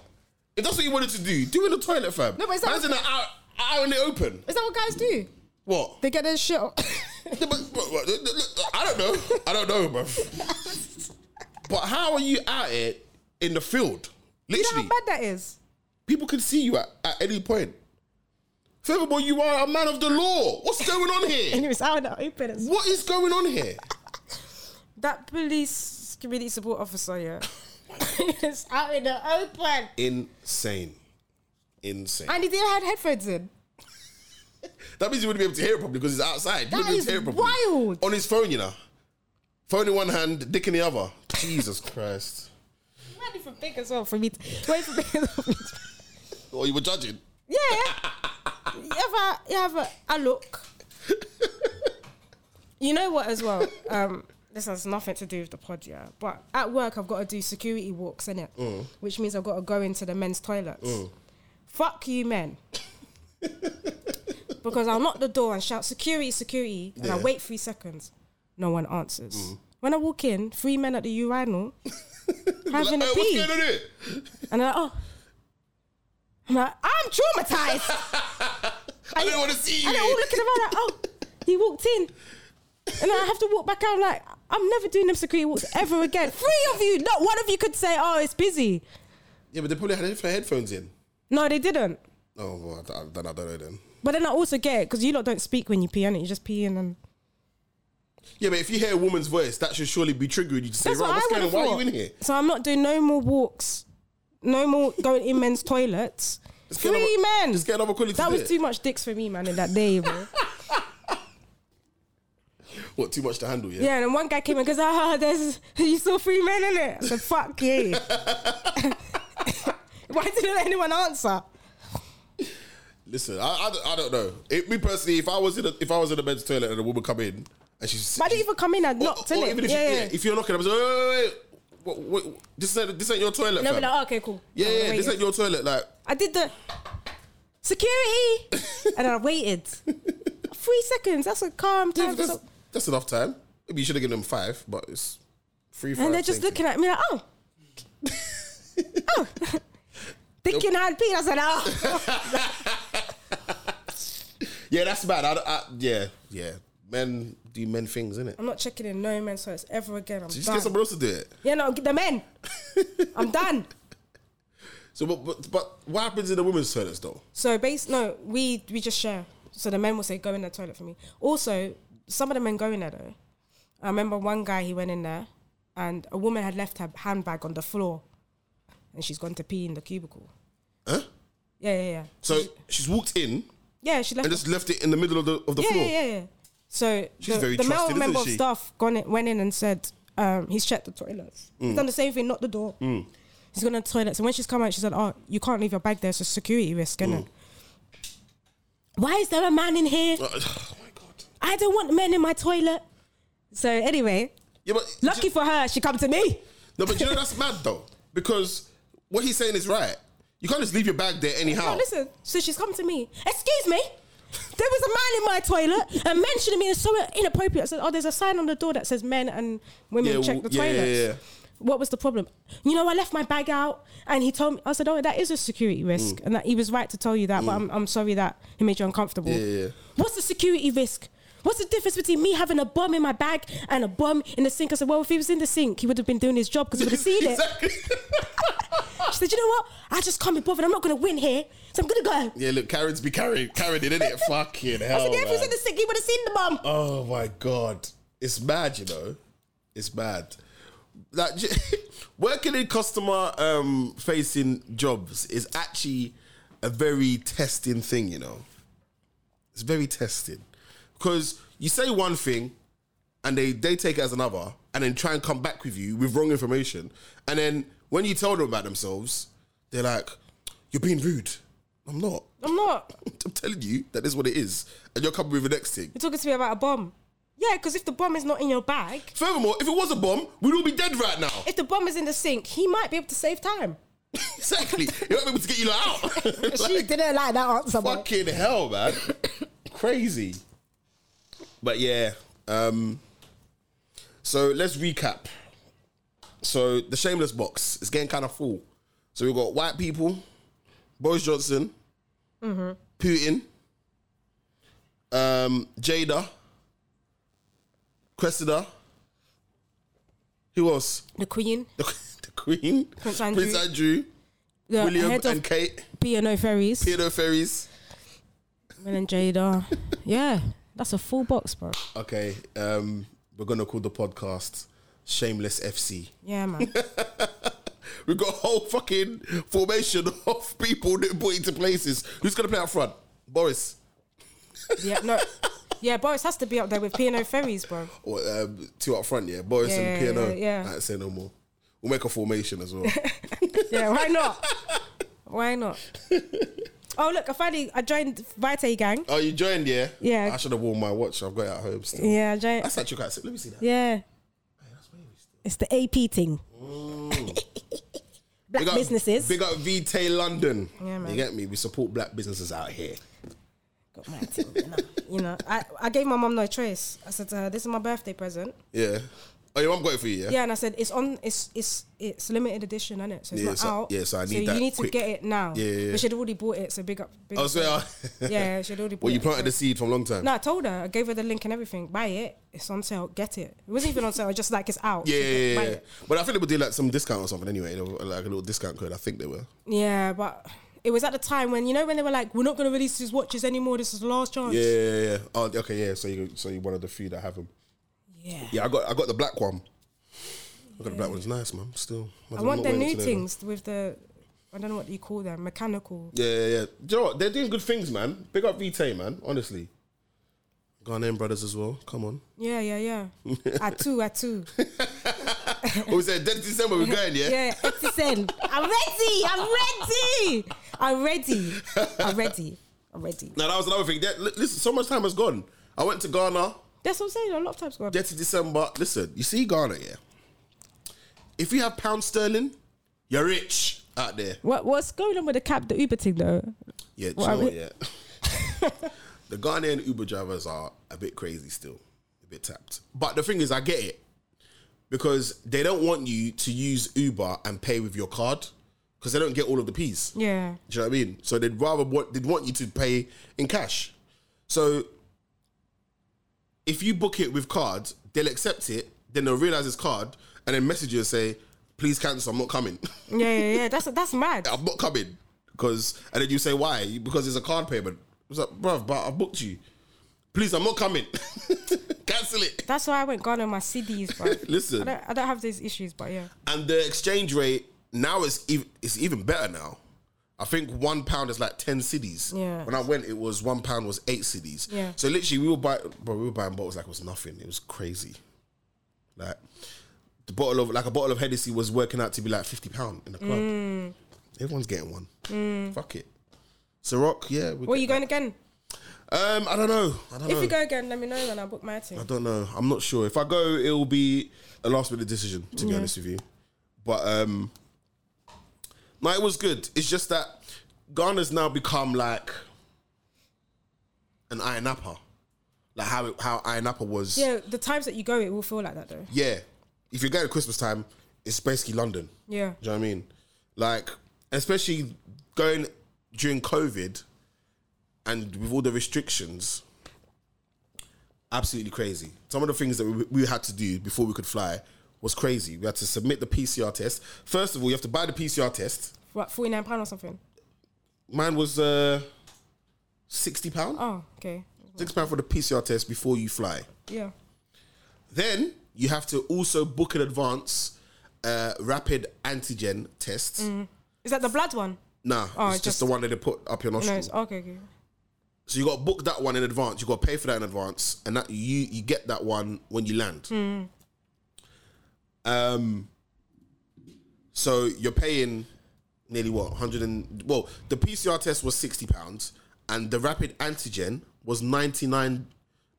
C: If that's what he wanted to do, do it in the toilet, fam.
B: No, but it's not-
C: Man's in an hour, hour in the open.
B: Is that what guys do?
C: What?
B: They get their shit. off. (laughs)
C: Yeah, (laughs) but- but- but- look, I don't know. I don't know, bro.
B: (laughs)
C: but how are you out here in the field?
B: you know how
C: Literally,
B: bad that is.
C: people can see you at, at any point. Furthermore, you are a man of the law. What's going on
B: And
C: here?
B: (laughs) it was out in the open. It's-
C: What is going on here?
B: That police community support officer, yeah, (laughs) it's out in the open,
C: Insane. Insane.
B: and he didn't have headphones in.
C: That means you wouldn't be able to hear it properly because it's outside. You
B: That
C: wouldn't be able to hear
B: is
C: it properly.
B: wild.
C: On his phone, you know. Phone in one hand, dick in the other. Jesus Christ.
B: Money for big as well for me. To, wait for big as well. for me to-
C: Or Oh, you were judging.
B: Yeah, yeah. You have a, you have a, a look. you know what, as well? Um, this has nothing to do with the pod, yeah. But at work, I've got to do security walks, innit?
C: Mm.
B: it, Which means I've got to go into the men's toilets. Fuck
C: (laughs)
B: you, men. because I'll knock the door and shout, security, security. And I
C: Yeah. Mm.
B: wait three seconds. No one answers. When I walk in, three men at
C: (laughs)
B: the urinal having
C: Like, "Hey,
B: a pee.
C: what's going on here?
B: And they're like, oh. I'm like, I'm traumatized.
C: (laughs) I didn't want to see you.
B: And they're all
C: here."
B: looking around like, oh, he walked in. And I have to walk back out like, I'm never doing them security walks ever again. Three of you, not one of you could say, oh, it's busy.
C: (laughs) Yeah, but they probably had their headphones in.
B: No, they didn't.
C: Oh, well, I- I- then I don't know then.
B: But then I also get it because you lot don't speak when you pee on it. You just pee in and
C: Yeah, but if you hear a woman's voice, that should surely be triggering you to say,
B: that's
C: right,
B: what
C: what's
B: I
C: going on?
B: would have
C: Why
B: thought.
C: are you in here?
B: So I'm not doing no more walks, no more going in men's toilets.
C: Let's get
B: Three
C: another-
B: men.
C: Let's get another quality
B: That was
C: there.
B: too much dicks for me, man, in that day, bro.
C: What, too much to handle, yeah?
B: Yeah, and then one guy came in because ah, there's you saw three men in it. I said, fuck yeah. (laughs) Why didn't anyone answer?
C: Listen, I, I, don't- I don't know. It, me personally, if I was in a, if I was in a men's toilet and a woman come in and she's
B: Why didn't you even come in and
C: Or-
B: knocked
C: or
B: in it?
C: even if,
B: Yeah,
C: you,
B: yeah.
C: yeah, if you're knocking, I'm like, wait, wait, wait, what, what, what- this ain't this ain't your toilet,
B: And they'll
C: fam.
B: be like, oh, okay, cool.
C: yeah,
B: And I
C: yeah, this
B: waited.
C: ain't your toilet. Like,
B: I did the security, and I
C: (laughs)
B: waited three seconds. That's a calm
C: yeah,
B: time. for
C: that's,
B: some-
C: that's enough time. Maybe you should have given them five, but it's three.
B: and they're just looking at me like,
C: (laughs)
B: oh, oh, (laughs) thinking I'd be. I said, oh,
C: Yeah, that's bad. I, I, yeah, yeah. Men do men things, innit?
B: I'm not checking in no men's toilets ever again. I'm
C: Just
B: done.
C: get someone else to do it.
B: yeah, no, get the men. I'm done.
C: (laughs) So, but, but but what happens in the women's toilets though?
B: So base no, we we just share. So the men will say, "Go in the toilet for me." Also, some of the men go in there though. I remember one guy he went in there, and a woman had left her handbag on the floor, and she's gone to pee in the cubicle.
C: Huh?
B: Yeah, yeah, yeah.
C: So she's walked in
B: yeah, she left.
C: and just left it in the middle of the of the
B: yeah,
C: floor.
B: yeah, yeah, yeah. So
C: She's
B: the,
C: very
B: the male
C: trusted,
B: member
C: isn't
B: of
C: she?
B: staff gone in, went in and said um, he's checked the toilets.
C: Mm.
B: He's done the same thing, not the door. He's gone to the toilets, and when she's come out, she said, "Oh, you can't leave your bag there. It's a security risk, innit?"
C: Mm.
B: Why is there a man in here?
C: (sighs) Oh my god.
B: I don't want men in my toilet. So anyway,
C: Yeah, but
B: lucky for her, she come to me.
C: No, but you know that's mad though, because what he's saying is right. You can't just leave your bag there anyhow.
B: No, Oh, listen. So she's come to me. Excuse me. There was a man in my toilet and mentioning me is so inappropriate. I said, "Oh, there's a sign on the door that says men and women
C: Yeah,
B: check the
C: well, yeah, yeah,
B: toilets."
C: yeah.
B: What was the problem? You know, I left my bag out, and he told me. I said, "Oh, that is a security risk,
C: Mm.
B: and that he was right to tell you that." But I'm, I'm sorry that he made you uncomfortable.
C: Yeah, yeah, yeah.
B: What's the security risk? What's the difference between me having a bomb in my bag and a bomb in the sink? I said, well, if he was in the sink, he would have been doing his job because he would
C: (laughs)
B: have seen it.
C: Exactly.
B: She said, you know what? I just can't be bothered. I'm not going to win here. So I'm going to go.
C: yeah, look, Karen's be carrying carrying it, innit? Fucking
B: I
C: hell.
B: said, yeah, if he was
C: man.
B: in the sink, he would have seen the bomb.
C: Oh my god, it's mad, you know, it's mad. Like (laughs) j- working in customer um, facing jobs is actually a very testing thing, you know. It's very testing because you say one thing, and they they take it as another, and then try and come back with you with wrong information, and then when you tell them about themselves, they're like, "You're being rude." I'm not. (laughs)
B: I'm not.
C: I'm telling you that is what it is, and you're coming with the next thing.
B: You're talking to me about a bomb. Yeah, because if the bomb is not in your bag,
C: Furthermore, if it was a bomb, we'd all be dead right now.
B: (laughs) if the bomb is in the sink, he might be able to save time.
C: exactly. You're not able to get you lot out. (laughs)
B: she
C: Like,
B: didn't like that answer. boy.
C: Fucking hell, man. Crazy. But yeah. Um, so let's recap. So the shameless box is getting kind of full. So we've got white people, Boris Johnson, Putin, um, Jada, Cressida. Who else?
B: The Queen,
C: The, (laughs) the Queen,
B: Prince Andrew.
C: Prince Andrew
B: the
C: William,
B: head
C: and
B: of
C: Kate,
B: P&O Ferries,
C: Theodore Ferries.
B: Will and
C: (laughs)
B: Jada. yeah, that's a full box, bro.
C: Okay, um, we're gonna call the podcast Shameless FC.
B: Yeah, (laughs) man.
C: We've got a whole fucking formation (laughs) of people that put into places. Who's gonna play out front? Boris.
B: yeah, no. Yeah, Boris has to be up there with P&O Ferries, bro.
C: Or, um, two out front, yeah. Boris
B: Yeah,
C: and
B: yeah,
C: Piano.
B: yeah, yeah.
C: Alright, say no more. We'll make a formation as well.
B: (laughs) Yeah, why not? Why not? Oh, look, I finally I joined Vitae Gang.
C: (laughs) oh, you joined, yeah?
B: Yeah.
C: I should have worn my watch. I've got it at home still.
B: Yeah, I joined.
C: That's actually quite sick. Let me see that.
B: Yeah. It's the AP thing.
C: Oh.
B: Black
C: Big up-
B: businesses.
C: Big up VT London.
B: Yeah, man.
C: You get me? We support black businesses out here.
B: Got my thing, you know. you know, I, I gave my mum no choice. I said to her, "This is my birthday present."
C: Yeah. Oh, your mum got it for you, yeah?
B: Yeah, and I said, "It's on. It's it's it's limited edition, isn't it? So it's
C: Yeah,
B: not
C: so-
B: out.
C: yeah, so I need
B: you
C: that
B: need
C: quick.
B: to get it now.
C: Yeah, yeah, yeah.
B: But she'd already bought it, so big up. Big
C: Oh,
B: up.
C: so
B: (laughs) yeah, yeah, she'd already bought
C: Well,
B: it.
C: you planted the seed from a long time.
B: No, I told her. I gave her the link and everything. Buy it. It's on sale. Get it. It wasn't even on sale. Just like it's out.
C: yeah,
B: She
C: yeah,
B: said,
C: yeah,
B: "Buy
C: yeah.
B: it."
C: But I think they would do like some discount or something anyway. They were, Like a little discount code. I think they were.
B: Yeah, but it was at the time when you know when they were like, "We're not going to release these watches anymore. This is the last chance."
C: Yeah, yeah, yeah. Oh, okay, yeah. So you, so you're one of the few that have them.
B: Yeah.
C: Yeah, I got, I got the black one. I got the black one's nice, man. Still,
B: I want their new things with the I don't know what you call them mechanical.
C: Yeah, yeah, yeah. Do you know what? They're doing good things, man. Big up Vitae, man. Honestly, Ghanaian brothers as well. Come on.
B: Yeah, yeah, yeah.
C: (laughs)
B: at two, at two.
C: What was that? 10th December we're going, yeah.
B: (laughs) Yeah, eighty cent. I'm ready. I'm ready. I'm ready. I'm ready. I'm ready.
C: Now that was another thing. That, li- listen, so much time has gone. I went to Ghana.
B: That's what I'm saying. A lot of times, go.
C: 30 December. Listen, you see Ghana, yeah. If you have pound sterling, you're rich out there.
B: What what's going on with the cab, the Uber thing though?
C: Yeah, do you
B: What
C: know
B: are
C: what,
B: we-
C: yeah. (laughs) the Ghanaian Uber drivers are a bit crazy still, a bit tapped. But the thing is, I get it because they don't want you to use Uber and pay with your card because they don't get all of the P's.
B: Yeah,
C: Do you know what I mean? So they'd rather want they'd want you to pay in cash. So if you book it with card, they'll accept it, then they'll realize it's card, and then message you and say, "Please cancel. I'm not coming. (laughs)
B: yeah, yeah. yeah. That's that's mad.
C: I'm not coming." Because and then you say why? Because it's a card payment. It's like, bruv, but I booked you. Please, I'm not coming. (laughs) cancel it. (laughs)
B: That's why I went gone on my CDs, bro.
C: Listen.
B: I don't, I don't have those issues, but yeah.
C: And the exchange rate now is even, it's even better now. I think one pound is like ten cities.
B: Yeah.
C: When I went, it was one pound was eight cities.
B: Yeah.
C: So literally, we were buying, bro, we were buying bottles like it was nothing. It was crazy. Like the bottle of like a bottle of Hennessy was working out to be like fifty pound in the club.
B: Mm.
C: Everyone's getting one. Fuck it. Ciroc, yeah. we
B: Where
C: get
B: you going again?
C: that. Um, I don't know. I don't
B: If
C: know.
B: you go again, let me know and I'll book my
C: I
B: thing.
C: don't know. I'm not sure. If I go, it'll be a last minute decision, to be
B: Yeah.
C: honest with you. But um No, it was good. It's just that Ghana's now become like an Iron Napa. Like how it, how Iron Napa was.
B: Yeah, the times that you go, it will feel like that though.
C: Yeah. If you go at Christmas time, it's basically London.
B: Yeah.
C: Do you know what I mean? Like, especially going during COVID and with all the restrictions, absolutely crazy. Some of the things that we, we had to do before we could fly was crazy. We had to submit the PCR test. First of all, you have to buy the PCR test.
B: What, £49 or something?
C: Mine was uh, £60. £6
B: Oh, okay.
C: for the PCR test before you fly.
B: Yeah.
C: Then you have to also book in advance uh, rapid antigen tests.
B: Is that the blood one?
C: Nah,
B: Mm. Oh,
C: it's just,
B: just-
C: the one that they put up your
B: No,
C: nostril.
B: it's okay. okay.
C: So you got to book that one in advance. You got to pay for that in advance, and that you you get that one when you land. Um. So you're paying nearly what 100 and well the PCR test was 60 pounds and the rapid antigen was 99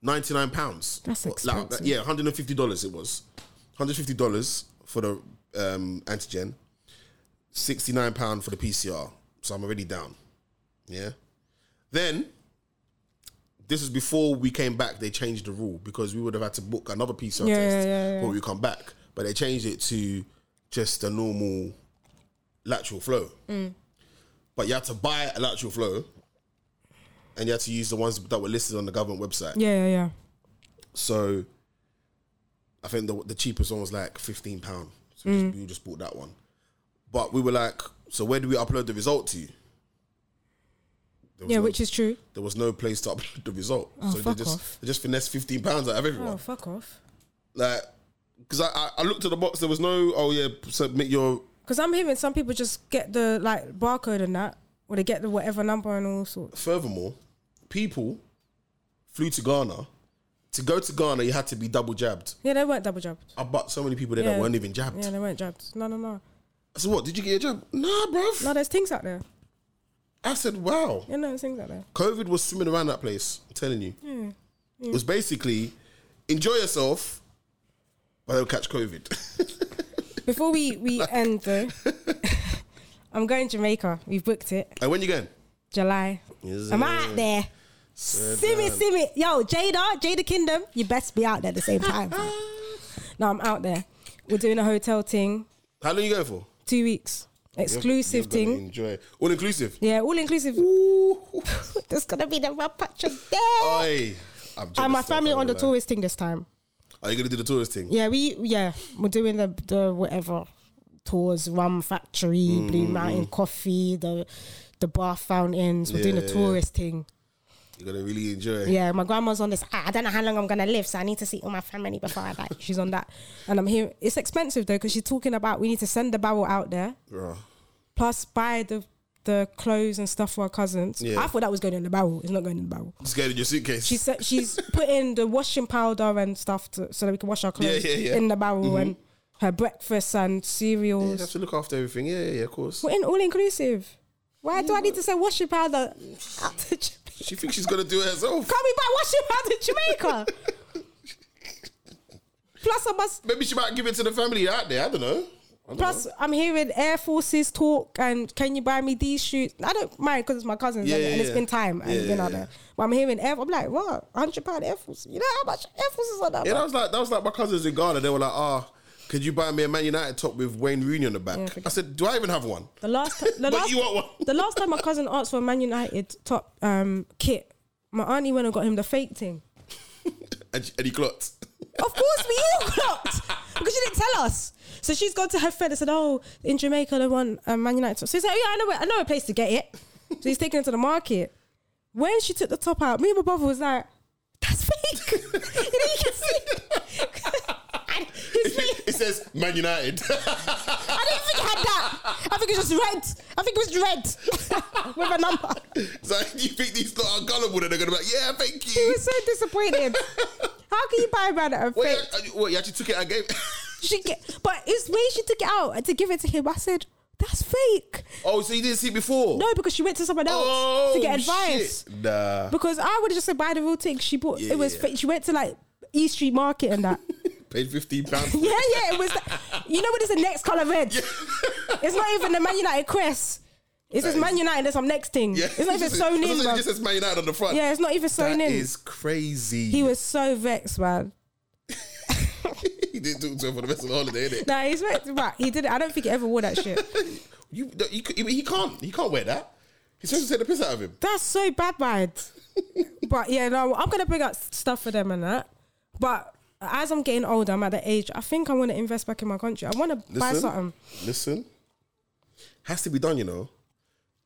C: 99 pounds.
B: That's expensive.
C: yeah, 150 dollars it was. 150 dollars for the um, antigen, 69 pound for the PCR. So I'm already down. Yeah. Then this is before we came back. They changed the rule because we would have had to book another PCR
B: Yeah,
C: test
B: yeah, yeah, yeah.
C: when we come back. But they changed it to just a normal lateral flow.
B: Mm.
C: But you had to buy a lateral flow, and you had to use the ones that were listed on the government website.
B: Yeah, yeah, yeah.
C: So I think the, the cheapest one was like fifteen pound. So we,
B: Mm.
C: just, we just bought that one. But we were like, so where do we upload the result to? There was
B: Yeah,
C: no-
B: which is true.
C: there was no place to upload the result.
B: Oh,
C: so
B: fuck
C: they just
B: off.
C: they just finessed fifteen pounds out of everyone.
B: Oh, fuck off.
C: Like, because I, I I looked at the box, there was no oh yeah submit your
B: Because I'm hearing some people just get the like barcode and that, or they get the whatever number and all sorts.
C: Furthermore, people flew to Ghana. To go to Ghana, you had to be double jabbed.
B: Yeah, they weren't double jabbed.
C: I bought so many people there
B: Yeah.
C: that weren't even jabbed.
B: Yeah, they weren't jabbed. No, no, no.
C: So what? Did you get a jab? Nah, bruv.
B: No, there's things out there.
C: I said, wow.
B: Yeah, no, there's things out there.
C: COVID was swimming around that place. I'm telling you,
B: Hmm.
C: it was basically enjoy yourself, but don't catch COVID. (laughs)
B: Before we we end though, I'm going Jamaica. We've booked it.
C: and when you going?
B: July.
C: Is
B: I'm
C: it? (laughs)
B: out there. Simmy, simmy. Yo, Jada, Jada Kingdom, you best be out there at the
C: (laughs)
B: same time. fam.
C: Ah.
B: no, I'm out there. We're doing a hotel thing,
C: How long you going for?
B: two weeks. Exclusive
C: You're gonna
B: thing.
C: Enjoy. All inclusive.
B: Yeah, all inclusive.
C: Ooh.
B: (laughs)
C: Oh,
B: There's gonna be the rap patch there.
C: Oi. I'm jealous
B: and my
C: stuff, I
B: family
C: ain't
B: on
C: gonna
B: the
C: lie.
B: tourist thing this time.
C: Are you gonna do the tourist thing?
B: Yeah, we yeah, we're doing the the whatever tours, rum factory,
C: Mm,
B: Blue Mountain Coffee, the the bar fountains. We're doing the
C: Yeah. Eh.
B: tourist thing.
C: You're gonna really enjoy.
B: Yeah, my grandma's on this. "Ah, I I don't know how long I'm gonna live, so I need to see all my family before I die. She's on that, and I'm here. It's expensive though because she's talking about we need to send the barrel out there,
C: Bruh.
B: plus buy the the clothes and stuff for our cousins.
C: Yeah.
B: I thought that was going in the barrel. It's not going in the barrel.
C: Scared in your suitcase.
B: She said
C: (laughs)
B: she's putting the washing powder and stuff to, so that we can wash our clothes
C: Yeah, yeah, yeah. Mm-hmm.
B: in the barrel and her breakfast and
C: Yeah, you
B: cereals.
C: have to look after everything. Yeah, yeah, yeah, of course.
B: We're in all inclusive. Why do I need to send washing powder out to Jamaica?
C: She thinks she's gonna do it herself.
B: Can't we buy washing powder in Jamaica? Plus, I
C: (laughs)
B: must
C: Maybe she might give it to the family out there. I don't know. I don't
B: Plus,
C: know.
B: I'm hearing Air Forces talk and can you buy me these shoes? I don't mind because it's my cousins
C: Yeah,
B: and,
C: yeah,
B: and it's
C: yeah.
B: been time and
C: Yeah,
B: you been
C: yeah,
B: out
C: yeah.
B: there. But I'm hearing Air. I'm like, what? Hundred pound Air Force? You know how much Air Force is on that?
C: Yeah,
B: bro?
C: that was like that was like my cousins in Ghana. They were like, ah, could you buy me a Man United top with Wayne Rooney on the back?
B: Yeah, forget-
C: I said, do I even have one?
B: the last, ti- the
C: But
B: last,
C: you want one. (laughs)
B: the last time my cousin asked for a Man United top um, kit, my auntie went and got him the fake thing.
C: And, and he clocked.
B: Of course, we all clocked because she didn't tell us. So she's gone to her friend and said, "Oh, in Jamaica they want um, Man United." top." So he's like, "Yeah, I know, where- I know a place to get it." So he's taking it to the market. When she took the top out, me and my brother was like, "That's fake." (laughs) you know, you can see. (laughs) And
C: (laughs)
B: his feet-
C: it says Man United. (laughs)
B: I don't think it had that. I think it was just red. I think it was red (laughs) with a number.
C: (laughs) so you think these lot are gullible? That they're gonna be like, yeah, thank
B: He
C: you.
B: was so disappointed. How can you buy a man at a
C: Wait,
B: fake?
C: I- I- what, you actually took it and gave.
B: She get, but it's when she took it out to give it to him. I said, "That's fake."
C: (laughs) oh, so you didn't see it before?
B: No, because she went to someone else
C: Oh,
B: to get advice.
C: shit. Nah.
B: Because I would have just said buy the real thing. She bought
C: Yeah,
B: it was
C: yeah,
B: fake. She went to like East Street Market
C: (laughs)
B: and that.
C: Paid fifteen
B: (laughs)
C: pounds.
B: yeah, yeah, it was.
C: (laughs)
B: you know what is the next color red? It's not even
C: (laughs)
B: the Man United crest. It says
C: That is-
B: Man United. There's some next thing.
C: (laughs)
B: It's not even sewn in.
C: It
B: bruv.
C: just says Man United on the front.
B: Yeah, it's not even sewn
C: That
B: in.
C: is crazy.
B: He was so vexed, man.
C: (laughs) he didn't talk to her for the rest of the holiday, innit?
B: Nah, he's vexed, but he did. I don't think he ever wore that shit.
C: (laughs) You, you, you, he can't. He can't wear that. He's supposed to take the piss out of him.
B: That's so
C: (laughs)
B: bad, bad. but yeah, no, I'm gonna bring up s- stuff for them and that. But as I'm getting older, I'm at the age. I think I want to invest back in my country. I want to buy something.
C: Listen. Has to be done, you know.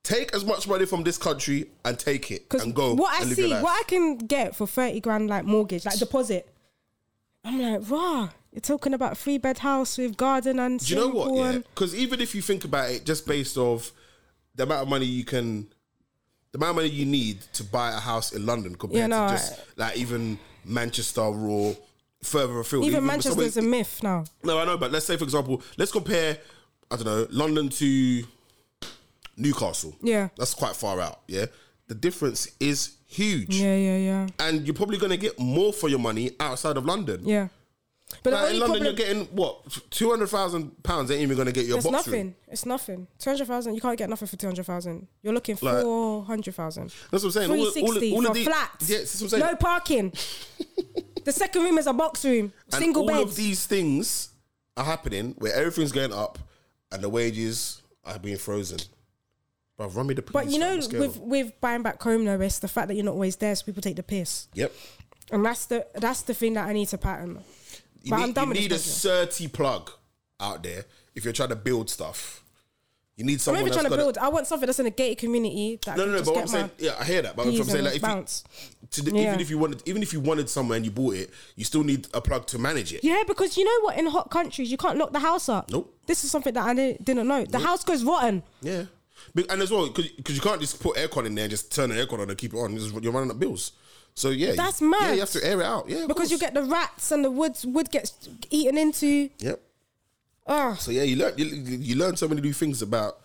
C: Take as much money from this country and take it and go.
B: what I
C: and live
B: see,
C: your life.
B: what I can get for thirty grand, like mortgage, like deposit. I'm like, rah! You're talking about three bed house with garden and
C: Do you know what?
B: single
C: Yeah,
B: and-
C: because even if you think about it, just based off the amount of money you can, the amount of money you need to buy a house in London compared
B: Yeah, no,
C: to just like even Manchester or further afield.
B: Even
C: with somebody-
B: Manchester's a myth now.
C: no, I know, but let's say for example, let's compare. I don't know, London to Newcastle.
B: Yeah.
C: that's quite far out. Yeah, the difference is huge,
B: Yeah, yeah, yeah,
C: and you're probably going to get more for your money outside of London.
B: yeah. But
C: Like,
B: the
C: in
B: only
C: London,
B: problem,
C: you're getting what two hundred thousand pounds ain't even going to get your
B: it's
C: box
B: nothing.
C: room.
B: It's nothing. Two hundred thousand. You can't get nothing for two hundred thousand. You're looking
C: Like-
B: four hundred thousand.
C: That's what I'm saying. All-
B: Three
C: all-
B: sixty
C: all
B: for
C: of the-
B: flats.
C: Yeah, that's what I'm saying.
B: No parking.
C: (laughs)
B: the second room is a box room.
C: And
B: Single
C: all
B: bed.
C: of these things are happening where everything's going up and the wages are being frozen. But run me the
B: But
C: police, fam,
B: you know,
C: what's going
B: with
C: on?
B: with buying back home, though, it's the fact that you're not always there, so people take the piss,
C: yep,
B: and that's the that's the thing that I need to pattern.
C: you
B: But
C: need,
B: I'm done
C: you
B: with
C: need a
B: this
C: surty plug out there if you're trying to build stuff. You need
B: I'm not
C: someone
B: even
C: that's
B: trying to
C: got
B: build. I want something that's in a gated community that
C: No, no,
B: I can
C: no.
B: just
C: But what
B: get
C: I'm
B: my
C: saying, yeah, I hear that. But what I'm
B: peas
C: saying,
B: and
C: like, if you,
B: bounce.
C: to the,
B: Yeah.
C: even if you wanted, even if you wanted somewhere and you bought it, you still need a plug to manage it.
B: Yeah, because you know what? In hot countries, you can't lock the house up.
C: Nope.
B: This is something that I didn't, didn't know. The house goes rotten.
C: Yeah. Be- And as well, because you can't just put aircon in there and just turn the aircon on and keep it on. This is- You're running up bills. So yeah,
B: That's
C: you,
B: mad.
C: Yeah, you have to air it out. Yeah, of
B: Because you
C: course.
B: get the rats and the woods wood gets eaten into. Ah.
C: Yep.
B: Ugh.
C: So yeah, you learn you, you learn so many new things about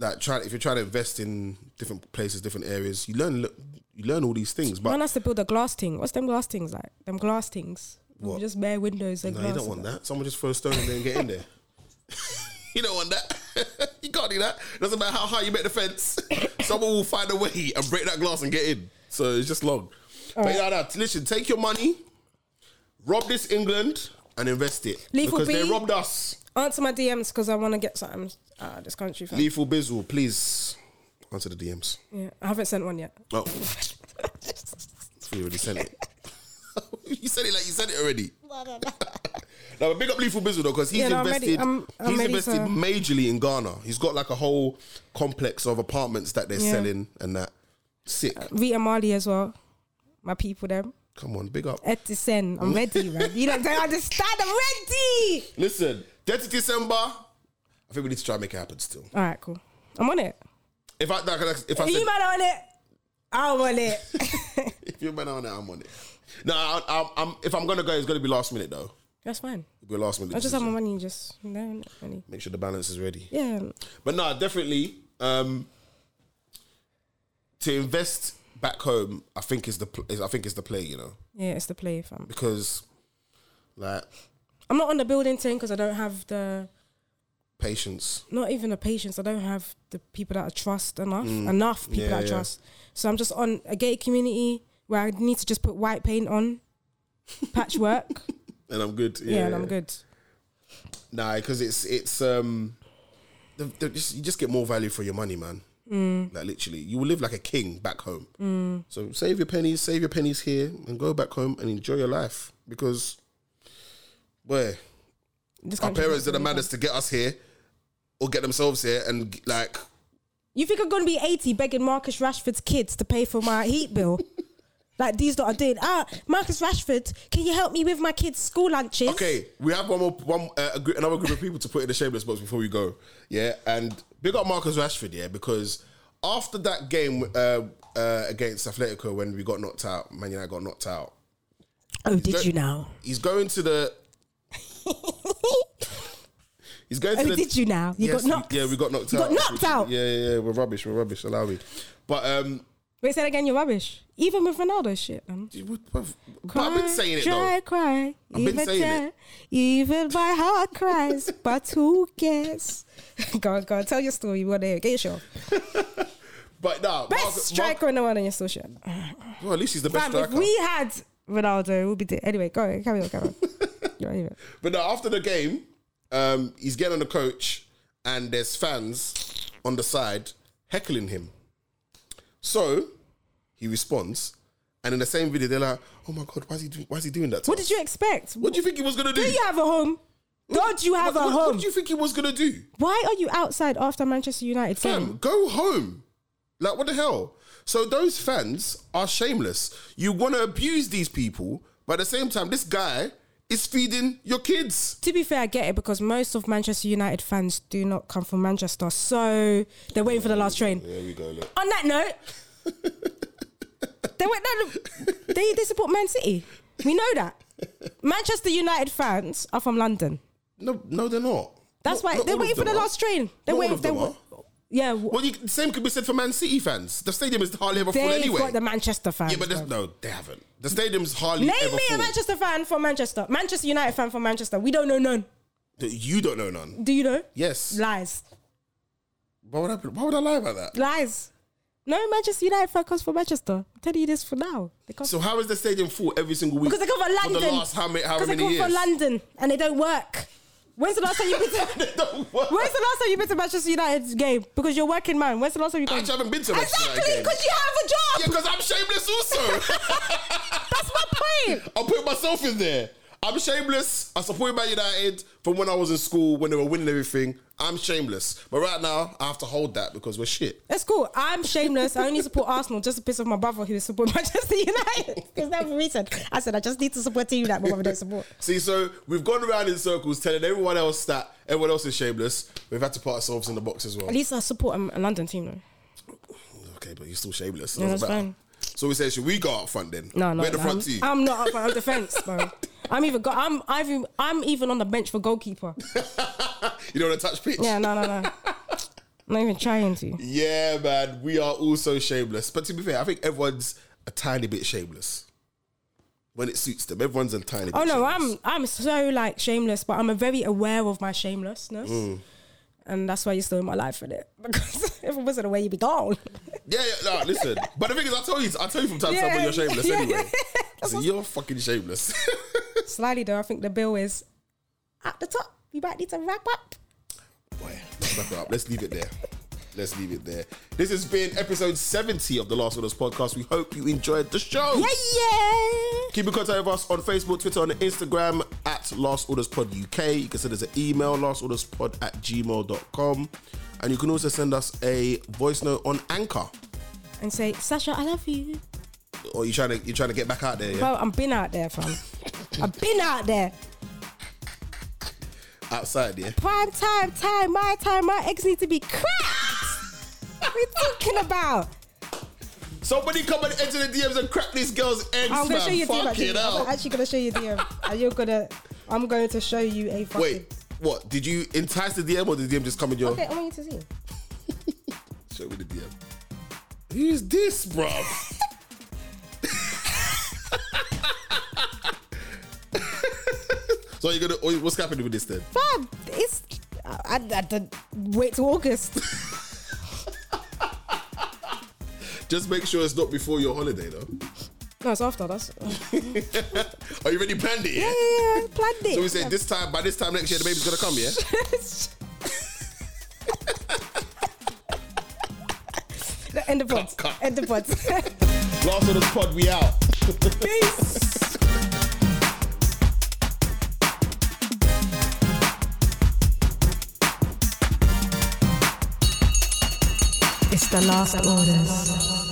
C: like trying if you're trying to invest in different places, different areas. You learn lo- you learn all these things, but
B: Man has to build a glass thing. What's them glass things like? Them glass things.
C: What?
B: Just bare windows
C: (laughs)
B: and
C: no,
B: glass.
C: you don't want that. Someone just throw a stone in there and get in there. (laughs) you don't want that. (laughs) you can't do that. Doesn't matter how high you make the fence. (coughs) Someone will find a way and break that glass and get in. So it's just long. but yeah, no, listen, take your money, rob this England, and invest it
B: Lethal
C: because they
B: B.
C: robbed us.
B: Answer my DMs because I want to get something out of this country. Fam.
C: Lethal Bizzle, please answer the DMs.
B: Yeah, I haven't sent one yet.
C: Oh, (laughs) you already sent it. (laughs) you said it like you said it already. (laughs) No, but big up Lethal Bizzle though, because he's
B: Yeah, no, I'm ready.
C: invested.
B: I'm- I'm
C: he's
B: ready
C: invested
B: to-
C: majorly in Ghana. He's got like a whole complex of apartments that they're
B: Yeah.
C: selling and that. Sick.
B: Rita Marley as well. My people, them.
C: Come on, big up.
B: Etisen,
C: (laughs)
B: I'm ready, man. You don't don't understand. I'm ready.
C: Listen, 30 December. I think we need to try and make it happen still.
B: All right, cool. I'm on it.
C: If I like, like, if I
B: Are
C: said,
B: you mad on it? I'm
C: (laughs)
B: on it.
C: if you're man on it, I'm on it. No, I, I, I'm. If I'm gonna go, it's gonna be last minute though.
B: That's fine.
C: It'll be a last minute.
B: I just have
C: decision.
B: my money. Just no money.
C: Make sure the balance is ready.
B: Yeah.
C: But no, definitely um, to invest back home. I think is the pl- is, I think is the play, you know,
B: Yeah, it's the play, fam.
C: because like
B: I'm not on the building thing because I don't have the
C: patience.
B: not even the patience. I don't have the people that I trust enough. Enough people
C: Mm. Yeah,
B: that I
C: yeah.
B: trust. So I'm just on a gated community where I need to just put white
C: (laughs)
B: paint on, patchwork.
C: And I'm good.
B: yeah, and I'm good.
C: Nah, because it's it's um, the, the, just, you just get more value for your money, man.
B: Mm.
C: Like literally, you will live like a king back home. So save your pennies, save your pennies here, and go back home and enjoy your life. Because, where
B: This
C: our
B: country's
C: parents
B: not
C: did the
B: really
C: madness to get us here, or get themselves here, and like
B: You think I'm gonna be 80 begging Marcus Rashford's kids to pay for my
C: (laughs)
B: heat bill? like these that are doing. Ah, Marcus Rashford, can you help me with my kids' school lunches?
C: Okay, we have one more one uh, a gr- another group of people to put in the shameless box before we go. Yeah, and big up Marcus Rashford. Yeah, because after that game uh, uh, against Atletico when we got knocked out, Man United got knocked out.
B: Oh, did
C: don't-
B: you
C: (laughs)
B: now?
C: He's going to the. He's going to
B: Oh,
C: the.
B: did you now? You
C: Yes,
B: got knocked.
C: We, yeah, we got knocked
B: You
C: out.
B: got knocked out.
C: Yeah, yeah, yeah. We're rubbish. We're rubbish. Allow me. But um,
B: Wait, say that again. You're rubbish. Even with Ronaldo, shit. Man.
C: but I've been saying it
B: cry,
C: though.
B: Cry,
C: I've been
B: even
C: saying
B: cry.
C: it.
B: Even my heart cries, but who cares? (laughs) go on, go on. Tell your story. We want to hear. it. Get your show.
C: But no,
B: Best
C: Marcus-
B: striker in the world, and you're still shit.
C: Mar- well, at least he's the best
B: Fam, if
C: striker.
B: we had Ronaldo, we'll be dead. Anyway, go on. Carry on, carry on.
C: (laughs)
B: You're right, even.
C: But no, after the game, um, he's getting on the coach, and there's fans on the side heckling him. So he responds, and in the same video, they're like, "Oh my god, why is he do- why is he doing that?" to
B: What
C: us?
B: did you expect?
C: What do you think he was gonna do?
B: Do you have a home? Don't you have
C: what,
B: a
C: what-
B: home?
C: What do you think he was gonna do?
B: Why are you outside after Manchester United game?
C: Fam, go home. Like what the hell? So those fans are shameless. You want to abuse these people, but at the same time, this guy is feeding your kids.
B: To be fair, I get it because most of Manchester United fans do not come from Manchester, so they're waiting for the last train.
C: There we go. Look.
B: On that note,
C: (laughs)
B: they went. No, look, they they support Man City. We know that. Manchester United fans are from London.
C: No, no, they're not.
B: That's
C: Not-
B: why
C: not
B: they're
C: all of
B: waiting for
C: them
B: the
C: are.
B: last train.
C: Not
B: They're
C: all
B: waiting.
C: of them
B: they're,
C: are.
B: yeah,
C: Well, you, the same could be said for Man City fans. The stadium is hardly ever full
B: they've
C: anyway.
B: got the Manchester fans.
C: yeah, but there's,
B: bro.
C: no, they haven't. The stadium's hardly
B: Name
C: ever
B: me
C: full.
B: a Manchester fan from Manchester. Manchester United fan from Manchester. We don't know none.
C: That You don't know none.
B: Do you know?
C: Yes.
B: Lies.
C: Why would I? Why would I lie about that?
B: Lies. No Manchester United fan comes from Manchester. I'm telling you this for now. They come
C: So how is the stadium full every single week?
B: because they come from London.
C: For the last how many, how
B: Because
C: many
B: they come
C: years?
B: from
C: (laughs)
B: London and they don't work. When's the last time you've been to? (laughs)
C: Don't work.
B: When's the last time you've been to Manchester United's game? Because you're a working man. When's the last time you?
C: I
B: Gone?
C: actually haven't been to Manchester United
B: Exactly,
C: game.
B: because you have a job.
C: Yeah, because I'm shameless also.
B: (laughs)
C: (laughs)
B: That's my point.
C: I'll put myself in there. I'm shameless. I supported Man United from when I was in school when they were winning everything. I'm shameless. But right now, I have to hold that because we're shit.
B: It's cool. I'm shameless. I only support Arsenal just to piss off my brother who supports (laughs) Manchester United. Because that was the reason. I said I just need to support a team that my brother don't support.
C: See, so we've gone around in circles telling everyone else that everyone else is shameless. We've had to put ourselves in the box as well.
B: At least I support a, a London team though.
C: Okay, but you're still shameless.
B: Yeah,
C: Doesn't
B: that's
C: matter.
B: fine.
C: So we said, should we go out front then?
B: No, no,
C: We're the
B: no,
C: front
B: I'm,
C: two.
B: I'm not. up front, I'm defense, bro. I'm even. Go- I'm. I've. even- I'm even on the bench for goalkeeper.
C: (laughs) you know, on a touch pitch.
B: Yeah, no, no, no. I'm not even trying to.
C: Yeah, man, we are also shameless. But to be fair, I think everyone's a tiny bit shameless when it suits them. Everyone's a tiny.
B: Oh
C: bit
B: no,
C: shameless.
B: I'm. I'm so like shameless, but I'm a very aware of my shamelessness,
C: Mm.
B: and that's why you're still in my life in it. (laughs) Because if it wasn't aware, you'd be gone.
C: Yeah, yeah, no,
B: (laughs)
C: listen. But the thing is, I tell you, I tell you from time to time when
B: Yeah,
C: you're shameless.
B: (laughs) yeah,
C: anyway,
B: yeah.
C: I say, you're fucking shameless. (laughs)
B: Slightly though, I think the bill is at the top. You might need to wrap up.
C: Boy, let's wrap it up. Let's leave it there. Let's leave it there. This has been episode 70 of the Last Orders podcast. We hope you enjoyed the show.
B: Yeah, yeah.
C: Keep in contact with us on Facebook, Twitter, and Instagram at Last Orders Pod UK. You can send us an email, lastorderspod at gmail.com. And you can also send us a voice note on Anchor.
B: And say, Sasha, I love you.
C: Or you trying to you trying to get back out there, yeah?
B: Bro, I've been out there,
C: (laughs)
B: fam. I've been out there.
C: Outside, yeah.
B: Prime time, time, my time, my eggs need to be cracked. what are you talking about?
C: Somebody come and enter the DMs and crack these girls' eggs,
B: I'm gonna
C: man.
B: show you a DM.
C: Fuck it
B: Actually. I'm
C: out.
B: actually gonna show you a DM, and you're gonna. I'm going to show you a fucking.
C: Wait, what? Did you entice the DM or did the DM just come in your
B: Okay, I want you to see.
C: show me the DM? Who's this, bruv? so you're gonna oh, what's happening with this then?
B: Fam, it's. I, I, I don't- wait till August.
C: Just make sure it's not before your holiday though. (laughs)
B: no, it's after. That's. Yeah,
C: Are you already planned it?
B: yeah,
C: Yeah?
B: yeah. I planned it.
C: So we say this time by this time next year the baby's gonna come, yeah?
B: End (laughs) the pods.
C: Cut, cut.
B: End the pods.
C: (laughs) Last of this pod, we out.
B: Peace.
A: It's the last orders.